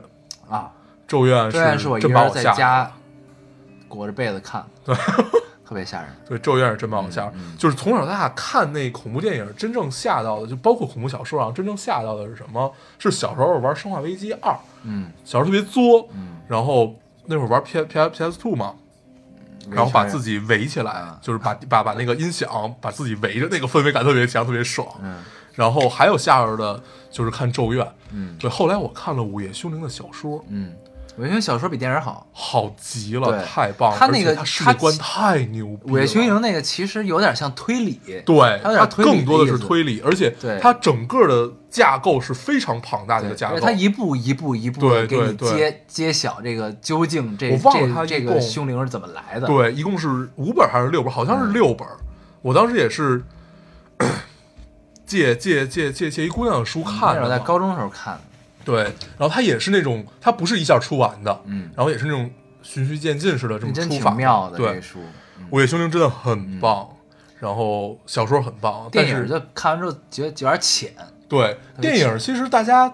A: 啊！
C: 咒怨
A: 这然是我一个
C: 真把
A: 人
C: 我
A: 在
C: 吓
A: 家
C: 的，
A: 裹着被子看，
C: 对，
A: 特别吓 人。
C: 对，咒怨是真把
A: 嗯
C: 我吓的。就是从小到大看那恐怖电影，真正吓到的，就包括恐怖小说啊，真正吓到的是什么？是小时候玩《生化危机二》，
A: 嗯，
C: 小时候特别作，然后那会儿玩 P P S P S Two 嘛，然后把自
A: 己
C: 己围起来
A: 啊，
C: 就是把把把那个音响把自己围着，那个氛围感特别强，特别爽。
A: 嗯
C: 然后还有下边的就是看《咒怨》，
A: 嗯
C: 对。后来我看了《午夜凶铃》的小说，
A: 嗯，我觉得小说比电影好。
C: 好极
A: 对
C: 了，太棒了！
A: 他那个
C: 而且他世界观
A: 他
C: 太牛逼了，
A: 《午夜凶铃》那个其实有点像推理，
C: 对，
A: 它有点推理
C: 更多的是
A: 意思
C: 推理，而且
A: 对
C: 它整个的架构是非常庞大的一
A: 对
C: 个架
A: 因
C: 构。
A: 为它一步一步一步
C: 对
A: 地给
C: 对
A: 你
C: 对
A: 揭揭晓这个究竟这
C: 我忘了它
A: 这这
C: 一共
A: 个凶铃是怎么来的。
C: 对，一共是五本还是六本？好像是六本。
A: 嗯
C: 我当时也是借借借借借一姑娘的书看
A: 嗯那
C: 的
A: 时
C: 嘛，
A: 候在高中的时候看的，
C: 对，然后它也是那种，它不是一下出完的，
A: 嗯，
C: 然后也是那种循序渐进式的这
A: 你
C: 种
A: 真
C: 出
A: 挺
C: 法。
A: 妙的这
C: 对，《
A: 书。嗯
C: 午夜凶铃》真的很棒，然后小说很棒，但
A: 电
C: 是
A: 影就看完之后觉得有点浅，
C: 对，
A: 别
C: 电影其实大家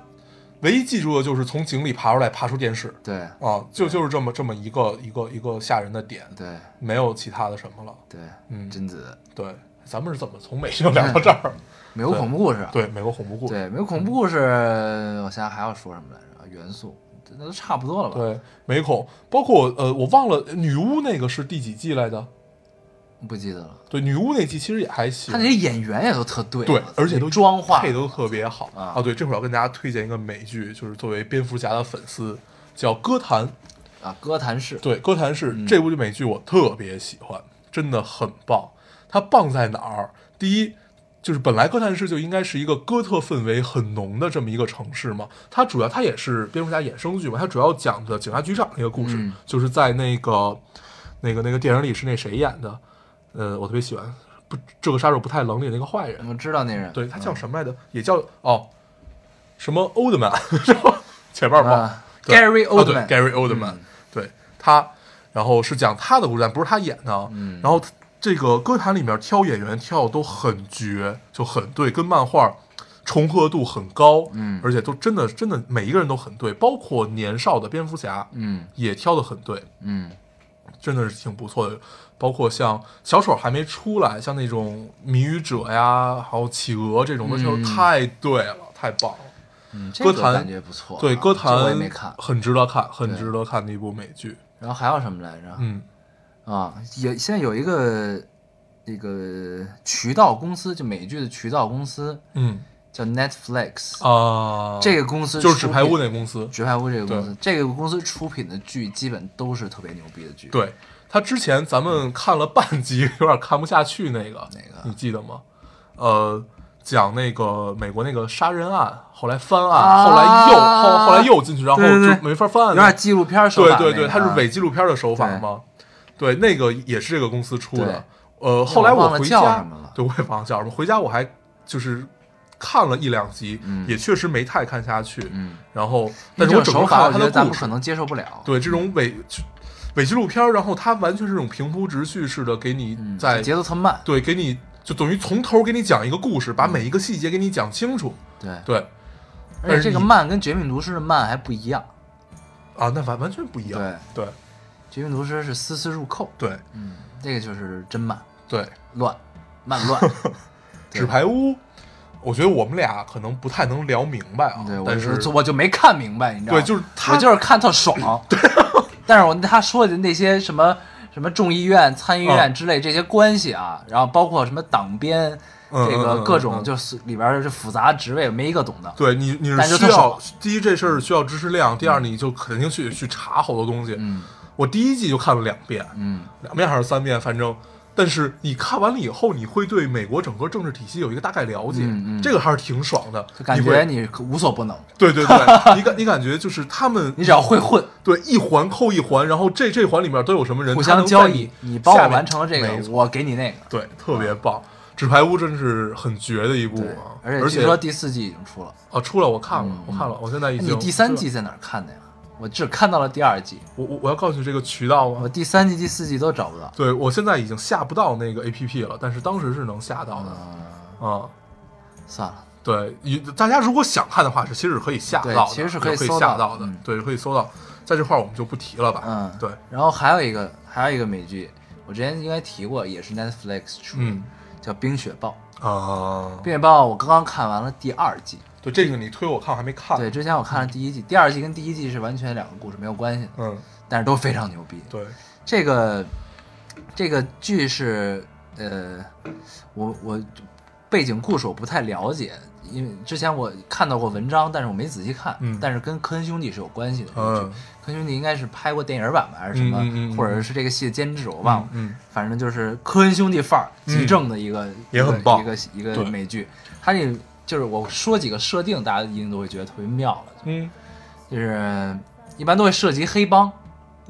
C: 唯一记住的就是从井里爬出来，爬出电视
A: 对
C: 啊，就就是这么这么一个一个一个吓人的点，
A: 对
C: 没有其他的什么了。
A: 对，
C: 嗯
A: 贞子
C: 对，咱们是怎么从美剧聊到这
A: 嗯
C: 儿？
A: 美国
C: 对
A: 恐怖故事，
C: 对，美国恐怖故事。
A: 对，没有恐怖故事，我想想还要说什么来着？元素，这那都差不多了吧？，
C: 对，美恐，包括呃，我忘了女巫那个是第几季来的？
A: 不记得了。
C: 对，女巫那季其实也还行
A: 他。那些演员也都特对，啊
C: 对，而且
A: 那
C: 都
A: 妆化
C: 配得都特别好
A: 啊
C: 对，这会儿要跟大家推荐一个美剧，就是作为蝙蝠侠的粉丝，叫《歌坛》。
A: 啊，哥谭市，
C: 对，《哥谭市》
A: 嗯
C: 这部美剧我特别喜欢，真的很棒。它棒在哪儿？第一，就是本来哥谭市就应该是一个哥特氛围很浓的这么一个城市嘛，它主要它也是蝙蝠侠衍生剧嘛，它主要讲的警察局长那个故事，
A: 嗯
C: 就是在那个那个那个电影里是那谁演的，呃，我特别喜欢不这个杀手不太冷里那个坏人，
A: 我知道那人，
C: 对他叫什么来着？也叫哦什么 Oldman，然 后前面忘了。
A: 啊，Gary
C: 哦对
A: Oldman，嗯
C: ，Gary Oldman，、对他，然后是讲他的故事，但不是他演的。啊
A: 嗯
C: 然后这个歌坛里面挑演员挑的都很绝，就很对，跟漫画重合度很高。
A: 嗯
C: 而且都真的真的每一个人都很对，包括年少的蝙蝠侠
A: 嗯
C: 也挑的很对，
A: 嗯
C: 真的是挺不错的。包括像小丑还没出来，像那种谜语者呀，还有企鹅这种的，就、
A: 嗯
C: 太对了，太棒了。
A: 嗯，这个
C: 歌坛
A: 感觉不错啊，
C: 对，歌
A: 这我也
C: 坛
A: 没看。
C: 很值得看，很
A: 对啊
C: 值得看的一部美剧。
A: 然后还有什么来着？
C: 嗯，
A: 啊，有现在有一个那个渠道公司，就美剧的渠道公司
C: 嗯
A: 叫 Netflix，
C: 啊，
A: 这个公司
C: 就是纸牌
A: 出
C: 屋那个公司
A: 品，。纸牌屋这个公司，这个公司出品的剧基本都是特别牛逼的剧。，
C: 对，他之前咱们看了半集， 有点看不下去那个，
A: 嗯哪个啊
C: 你记得吗？呃，讲那个美国那个杀人案，后来翻案，
A: 啊
C: 后来又后后来又进去，然后
A: 对对
C: 就
A: 对
C: 没法翻
A: 有
C: 案
A: 点
C: 了。
A: 纪录片手
C: 对
A: 法那个啊。
C: 对对，它是伪纪录片的手法嘛。对，那个也是这个公司出
A: 对
C: 的。呃，后来
A: 我忘了
C: 回
A: 叫
C: 家
A: 什么了，
C: 对，我也忘了叫什么。回家我还就是看了一两集，
A: 嗯
C: 也确实没太看下去。
A: 嗯，
C: 然后，
A: 那
C: 但是
A: 种
C: 我整
A: 手
C: 个
A: 法，
C: 看
A: 我觉
C: 了
A: 得
C: 他
A: 咱
C: 的
A: 们
C: 故事
A: 可，能接受不了。啊
C: 对这种伪伪纪录片儿，然后它完全是这种平铺直叙式的，给你
A: 嗯，
C: 在、
A: 节奏特慢。
C: 对给你就等于从头给你讲一个故事，把
A: 嗯
C: 每一个细节给你讲清楚。
A: 对，
C: 对
A: 而且这个
C: 你
A: 慢跟《绝命毒师》的慢还不一样，
C: 啊，那完完全不一样。
A: 对
C: 对
A: 《绝命毒师》是丝丝入扣，
C: 对
A: 嗯，这个就是真慢
C: 对，
A: 乱慢 乱。对
C: 纸牌屋，我觉得我们俩可能不太能聊明白啊
A: 对，，我
C: 但
A: 就是我就没看明白，你知道吗？
C: 对就是他
A: 我就是看特 爽，对。但是我他说的那些什么什么众议院、参议院
C: 嗯
A: 之类这些关系啊，然后包括什么党鞭，
C: 嗯
A: 这
C: 嗯
A: 个
C: 嗯
A: 各
C: 嗯
A: 种
C: 嗯
A: 就是里边儿是复杂职位，没一个懂的。
C: 对你，你
A: 但就是特
C: 需要
A: 爽
C: 第一这事儿需要知识量，第二你就肯定去去查好多东西。
A: 嗯
C: 我第一季就看了两遍，
A: 嗯，
C: 两遍还是三遍，反正，但是你看完了以后，你会对美国整个政治体系有一个大概了解，
A: 嗯嗯
C: 这个还是挺爽的。
A: 就感
C: 你
A: 觉
C: 会
A: 你无所不能，
C: 对 对对，你感你感觉就是他们，
A: 你只要会混，
C: 对一环扣一环，然后这这环里面都有什么人，
A: 互
C: 他
A: 相
C: 能
A: 交
C: 在
A: 易，
C: 你
A: 你帮
C: 下
A: 我
C: 面
A: 完成了这
C: 没
A: 个，
C: 错
A: 我给你那个。
C: 对，特别棒。纸牌屋真是很绝的一部
A: 嗯对
C: 啊，，
A: 而
C: 而
A: 且据说第四季已经出了。
C: 啊出了我看了，我看了，我现在已
A: 你
C: 经
A: 第三
C: 这
A: 季在哪儿看的呀？我只看到了第二季，
C: 我我我要告诉你这个渠道
A: 我
C: 吗？
A: 第三季、第四季都找不到。
C: 对我现在已经下不到那个 A P P 了，但是当时是能下到的
A: 嗯，
C: 啊、
A: 算了。
C: 对，一大家如果想看的话，是其实是可以下到
A: 对
C: 的，
A: 其实是可
C: 可
A: 以
C: 以
A: 搜
C: 下
A: 到
C: 到的，
A: 嗯
C: 对，可以搜到。在这块儿我们就不提了吧。
A: 嗯，
C: 对，
A: 然后还有一个，还有一个美剧，我之前应该提过，也是 Netflix 出的，
C: 嗯
A: 叫《冰雪暴》。
C: 啊
A: 《冰雪暴》我刚刚看完了第二季，
C: 对这个你推我看，我还没看。
A: 对，，之前我看了第一季，第二季跟第一季是完全两个故事，没有关系的，
C: 嗯，
A: 但是都非常牛逼。
C: 对，
A: 这个这个剧是呃，我我背景故事我不太了解，因为之前我看到过文章，但是我没仔细看。
C: 嗯
A: 但是跟科恩兄弟是有关系的。这个剧
C: 嗯
A: 科恩兄弟应该是拍过电影版吧，还是什么，
C: 嗯嗯嗯嗯
A: 或者是这个戏的监制，我忘了。
C: 嗯，
A: 反正就是科恩兄弟范儿极正的一个，
C: 也
A: 一个
C: 很棒
A: 一个一个
C: 对
A: 美剧。它这就是我说几个设定，大家一定都会觉得特别妙了，
C: 嗯
A: 就是一般都会涉及黑帮。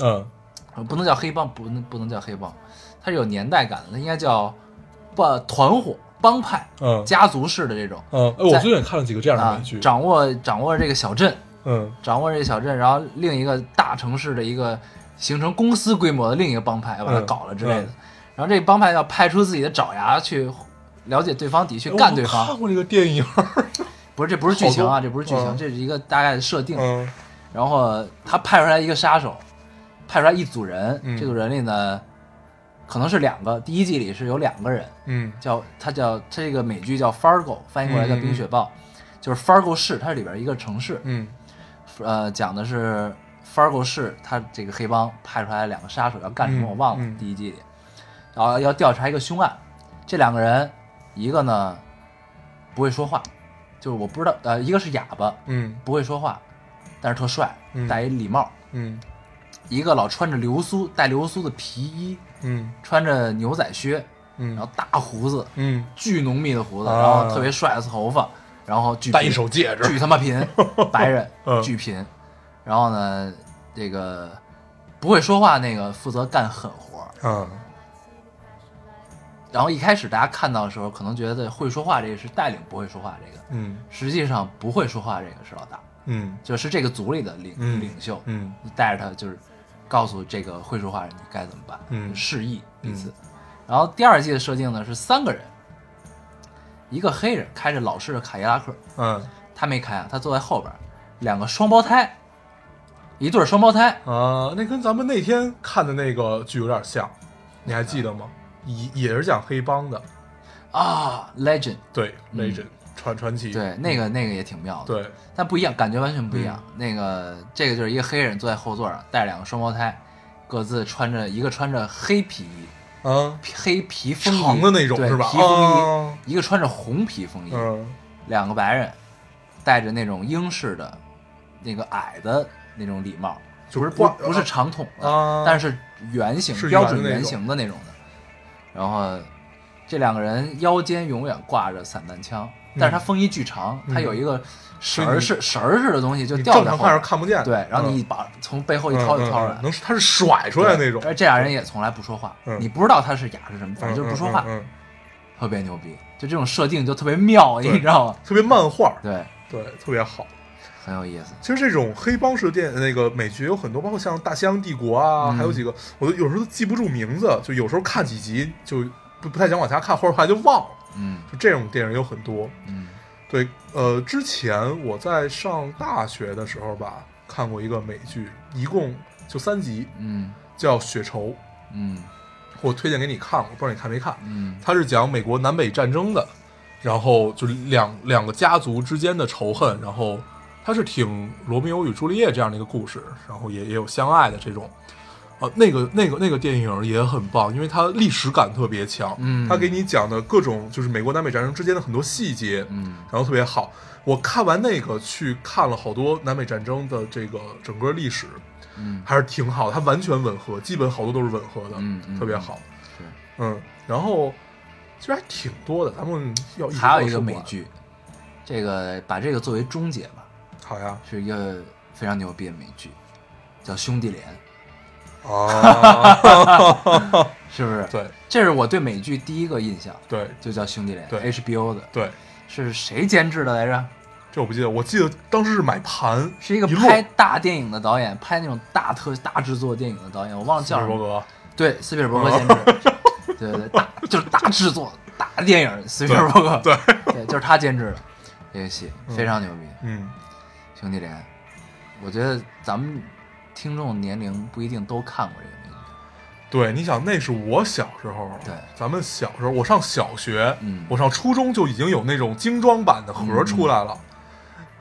C: 嗯
A: 呃，不能叫黑帮，不能不能叫黑帮，它是有年代感的，它应该叫不团伙、帮派、
C: 嗯
A: 家族式的这种
C: 嗯，哎，
A: 在
C: 我最近也看了几个这样的
A: 啊
C: 美剧，，
A: 掌握掌握这个小镇，
C: 嗯
A: 掌握这个小镇，然后另一个大城市的一个形成公司规模的另一个帮派把它
C: 嗯
A: 搞了之类的，
C: 嗯
A: 然后这个帮派要派出自己的爪牙去了解对方底去
C: 哎我
A: 干对
C: 看
A: 方，
C: 过这个电影，
A: 不是这不是剧情
C: 好
A: 啊，
C: 多
A: 这不是剧情，
C: 嗯
A: 这是一个大概的设定，
C: 嗯
A: 然后他派出来一个杀手，派出来一组人，
C: 嗯
A: 这组人里呢，可能是两个。第一季里是有两个人，
C: 嗯
A: 叫他叫他这个美剧叫 Fargo，翻译过来叫
C: 嗯嗯嗯
A: 冰雪暴，就是 Fargo 市，它是里边一个城市，
C: 嗯
A: 呃，讲的是 Fargo 市，他这个黑帮派出来两个杀手要干什么，
C: 嗯
A: 我忘了、
C: 嗯
A: 第一季里，然后要调查一个凶案，这两个人，一个呢不会说话，就是我不知道，呃，一个是哑巴，
C: 嗯
A: 不会说话，但是特帅，
C: 嗯
A: 戴一礼帽。
C: 嗯
A: 一个老穿着流苏、带流苏的皮衣，
C: 嗯
A: 穿着牛仔靴，
C: 嗯嗯
A: 然后大胡子，
C: 嗯，
A: 巨浓密的胡子，
C: 啊
A: 然后特别帅的头发，然后巨贫
C: 戴一手戒指
A: 巨他妈 贫，白人
C: 嗯
A: 巨贫，然后呢，这个不会说话那个负责干狠活儿，
C: 啊，
A: 然后一开始大家看到的时候，可能觉得会说话这个是带领不会说话这个，
C: 嗯
A: 实际上不会说话这个是老大，
C: 嗯
A: 就是这个组里的领、
C: 嗯
A: 领袖，
C: 嗯
A: 带着他就是告诉这个会说话人你该怎么办，
C: 嗯
A: 示意彼此。然后第二季的设定呢是三个人，一个黑人开着老式的凯迪拉克，
C: 嗯
A: 他没开啊，他坐在后边儿，两个双胞胎，一对儿双胞胎，
C: 啊，那跟咱们那天看的那个剧有点像，你还记得吗？也也是讲黑帮的，
A: 啊，legend，
C: 对
A: 嗯
C: ，legend 传传奇，
A: 对，那个那个也挺妙的，，
C: 对，嗯
A: 但不一样，感觉完全不一样。那个这个就是一个黑人坐在后座上，带着两个双胞胎，各自穿着一个穿着黑皮衣，
C: 啊，
A: 皮黑皮风衣
C: 长的那种
A: 对
C: 是吧
A: 皮风衣，
C: 啊
A: 一个穿着红皮风衣，
C: 嗯
A: 两个白人，戴着那种英式的那个矮的那种礼帽，
C: 就
A: 不是
C: 挂
A: 不不是长筒的，
C: 啊
A: 但是圆形
C: 呃是圆的
A: 标准圆形的那种的。然后这两个人腰间永远挂着散弹枪，但是他风衣巨长，他有一个绳儿
C: 嗯所以
A: 似绳儿似的东西就
C: 你
A: 吊
C: 正
A: 在
C: 常
A: 后
C: 看是
A: 面，
C: 看不见的，
A: 对，然后
C: 嗯
A: 你把从背后一掏就掏出来
C: 嗯嗯嗯，能它是甩出来那种，
A: 而这俩人也从来不说话，
C: 嗯
A: 你不知道他是哑是什么，反
C: 嗯
A: 正就是不说话，
C: 嗯嗯
A: 特别牛逼。就这种设定就特别妙，
C: 对
A: 你知道吗？
C: 嗯特别漫画，
A: 对，
C: 对，特别好。
A: 很有意思。
C: 其实这种黑帮式的电那个美剧有很多，包括像《大西洋帝国》啊，
A: 嗯
C: 还有几个，我都有时候都记不住名字，就有时候看几集就不不太想往下看，或者后来就忘了。
A: 嗯
C: 就这种电影有很多。
A: 嗯
C: 对，呃，之前我在上大学的时候吧，看过一个美剧，一共就三集，
A: 嗯
C: 叫《血仇》，
A: 嗯
C: 我推荐给你看，我不知道你看没看。
A: 嗯
C: 它是讲美国南北战争的，然后就两两个家族之间的仇恨，然后它是挺《罗密欧与朱丽叶》这样的一个故事，然后也也有相爱的这种。呃，那个那个那个电影也很棒，因为它历史感特别强，
A: 嗯
C: 它给你讲的各种就是美国南北战争之间的很多细节，
A: 嗯
C: 然后特别好。我看完那个去看了好多南北战争的这个整个历史，
A: 嗯
C: 还是挺好，它完全吻合，基本好多都是吻合的，
A: 嗯嗯
C: 特别好。
A: 是
C: 嗯，然后其实还挺多的，咱们要直
A: 还有一
C: 说
A: 个
C: 不
A: 美
C: 完，
A: 剧，这个把这个作为终结吧，
C: 好呀，
A: 是一个非常牛逼的美剧，叫《兄弟连》，
C: 啊，
A: 是不是？，
C: 对
A: 这是我对美剧第一个印象，
C: 对
A: 就叫《兄弟连》
C: 对
A: ，HBO 的，
C: 对，
A: 是谁监制的来着？
C: 这我不记得，我记得当时是买盘，
A: 是一个
C: 一
A: 拍
C: 摞
A: 大电影的导演，拍那种大特大制作电影的导演，我忘了
C: 斯
A: 叫
C: 皮
A: 什
C: 尔伯
A: 么。
C: 格，
A: 对，斯皮尔伯格监制，对对对，大就是大制作、大电影，斯皮尔伯格，
C: 对，
A: 对，就是他监制的这个戏，非常牛逼。
C: 嗯，
A: 兄弟连，我觉得咱们听众年龄不一定都看过这个美剧，
C: 对，你想那是我小时候，
A: 对
C: 咱们小时候，我上小学，
A: 嗯
C: 我上初中就已经有那种精装版的盒出来了，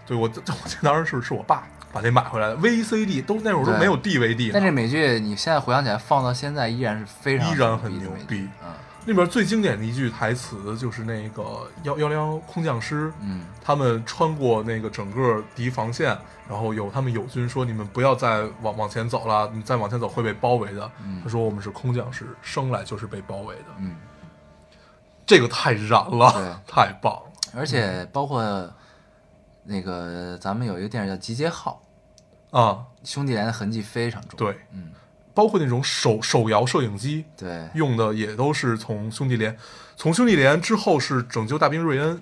C: 对我 这我这当时是是我爸把这买回来的 VCD，都那会儿都
A: 对
C: 没有 DVD，
A: 但
C: 呢
A: 这美剧你现在回想起来，放到现在依然是非常
C: 依然很
A: 牛
C: 牛
A: 逼的美
C: 逼
A: 剧，嗯
C: 里边最经典的一句台词就是那个幺幺零空降师，
A: 嗯
C: 他们穿过那个整个敌防线，然后有他们友军说：“你们不要再往往前走了，你再往前走会被包围的。
A: 嗯
C: 他说：“我们是空降师，生来就是被包围的。
A: 嗯，”
C: 这个太燃了，
A: 对
C: 太棒了！
A: 而且
C: 嗯
A: 包括那个咱们有一个电影叫《集结号
C: 啊，》，
A: 兄弟连的痕迹非常重，，
C: 对，
A: 嗯
C: 包括那种手手摇摄影机
A: 对，
C: 用的也都是从兄弟连，从兄弟连之后是拯救大兵瑞恩，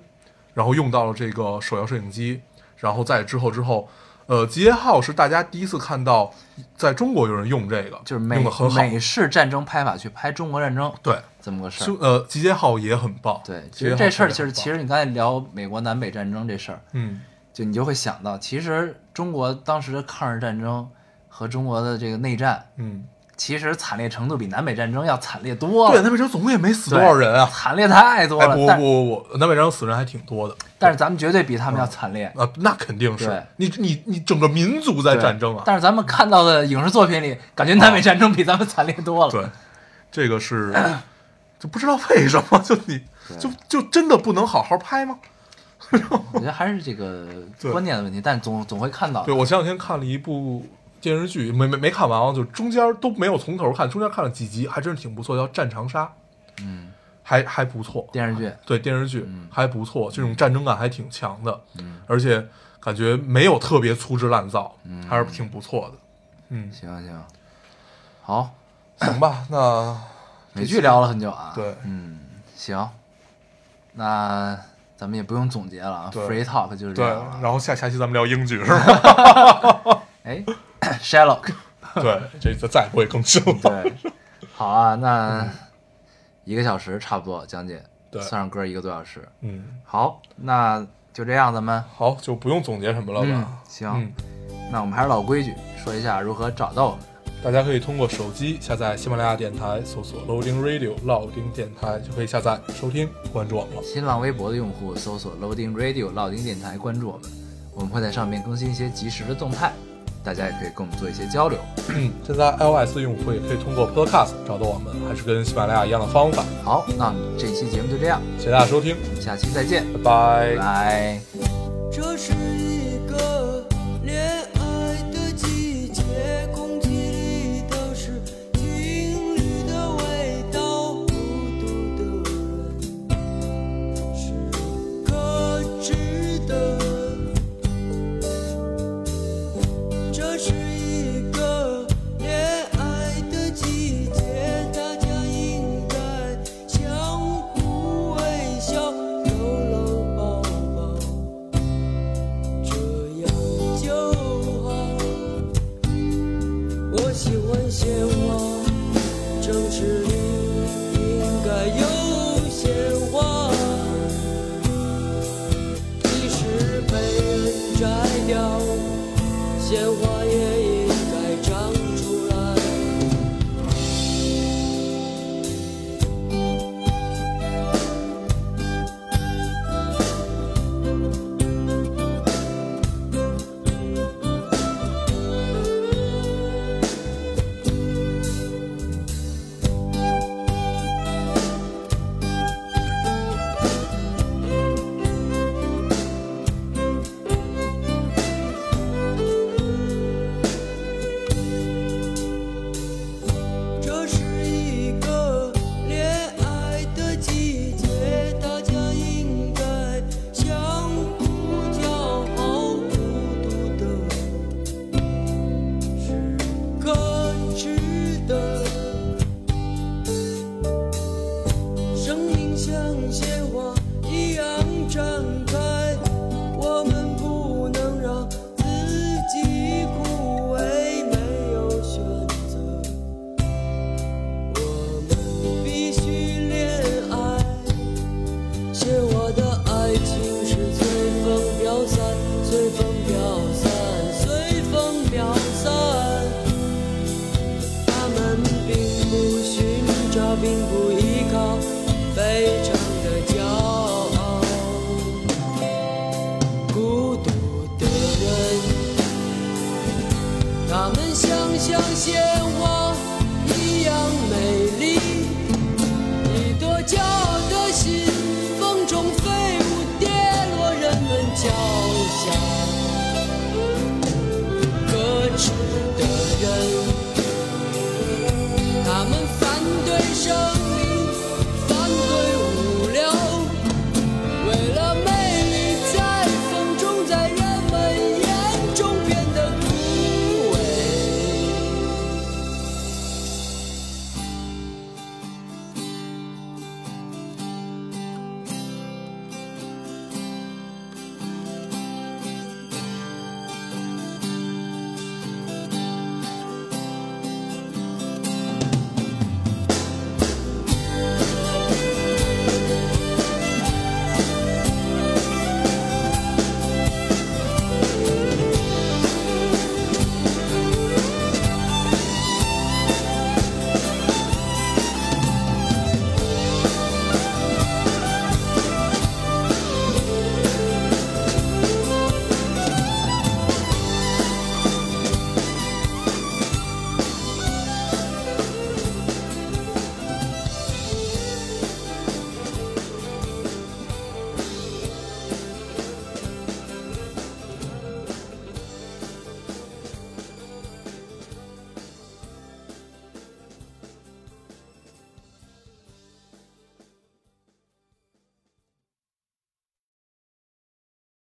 C: 然后用到了这个手摇摄影机，然后再之后之后。呃，集结号是大家第一次看到，在中国有人用这个，
A: 就是
C: 用
A: 美
C: 的很好。
A: 美式战争拍法去拍中国战争，
C: 对，
A: 这么个事
C: 就
A: 儿。
C: 呃，集结号也很棒。
A: 对，
C: 集
A: 其
C: 结
A: 实
C: 号
A: 这事儿
C: 特别
A: 其实
C: 很棒
A: 其实你刚才聊美国南北战争这事儿，
C: 嗯，
A: 就你就会想到，其实中国当时的抗日战争和中国的这个内战，
C: 嗯，
A: 其实惨烈程度比南北战争要惨烈多
C: 对，
A: 了。
C: 南北征总共也没死多少人啊。
A: 惨烈太哦多
C: 哎，
A: 了。
C: 不不
A: 但
C: 不不，南北征死人还挺多的
A: 但是咱们绝对比他们要惨烈。
C: 啊，那肯定是
A: 对
C: 你你你整个民族在
A: 对
C: 战争啊。啊
A: 但是咱们看到的影视作品里，感觉南北战争比咱们惨烈多了。
C: 对，这个是就不知道为什么，就你就就真的不能好好拍吗？
A: 我觉得还是这个
C: 对
A: 观念的问题，但总总会看到的。
C: 对我前两天看了一部电视剧，没没没看完啊，就中间都没有从头看，中间看了几集，还真是挺不错，叫《战长沙》。嗯，还还不错，
A: 电视嗯剧，
C: 对电视剧还不错，这种战争感还挺强的，
A: 嗯
C: 而且感觉没有特别粗制滥造，
A: 嗯
C: 还是挺不错的。嗯，
A: 行行，好，
C: 行吧，那
A: 美剧聊了很久啊，
C: 对
A: 嗯，行，那咱们也不用总结了啊
C: 对
A: ，free talk 就是这
C: 对，
A: 样了。
C: 然后下下期咱们聊英剧 是吧？
A: 哎 ，Sherlock，
C: 对，这次再也不会更新 了。
A: 对，好啊，那一个小时差不多将近，
C: 对
A: 算上歌一个多小时。
C: 嗯，
A: 好，那就这样，咱们
C: 好，就不用总结什么了
A: 嗯
C: 吧？，
A: 行，
C: 嗯，
A: 那我们还是老规矩，说一下如何找到我们。
C: 大家可以通过手机下载喜马拉雅电台，搜索 Loading Radio 老丁电台就可以下载收听关注我们了。
A: 新浪微博的用户搜索 Loading Radio 老丁电台，关注我们，我们会在上面更新一些及时的动态，大家也可以跟我们做一些交流。
C: 嗯现在 iOS 用户也可以通过 Podcast 找到我们，还是跟喜马拉雅一样的方法。
A: 好，那我们这期节目就这样，
C: 谢谢大家收听，
A: 下期再见，
C: 拜拜
A: 拜拜。
D: 这是一个恋爱的季节，空气里都是情侣的味道，孤独的人是可知的。这是一个恋爱的季节，大家应该相互微笑，搂搂抱抱。这样就好。我喜欢鲜花，城市里应该有鲜花。即使被人摘掉，鲜花也应该长出来。这是一个恋爱的季节，大家应该相互交好。孤独的是可知的，生命像鲜花一样绽开，我们不能让自己枯萎，没有选择。我们必须恋爱，鲜花的爱情是随风飘散，随风飘散，随风飘散。他们并不寻找，并不依靠，非常的骄傲。孤独的人。它们像像鲜花一样美丽，一朵骄傲的心，风中飞舞，跌落人们脚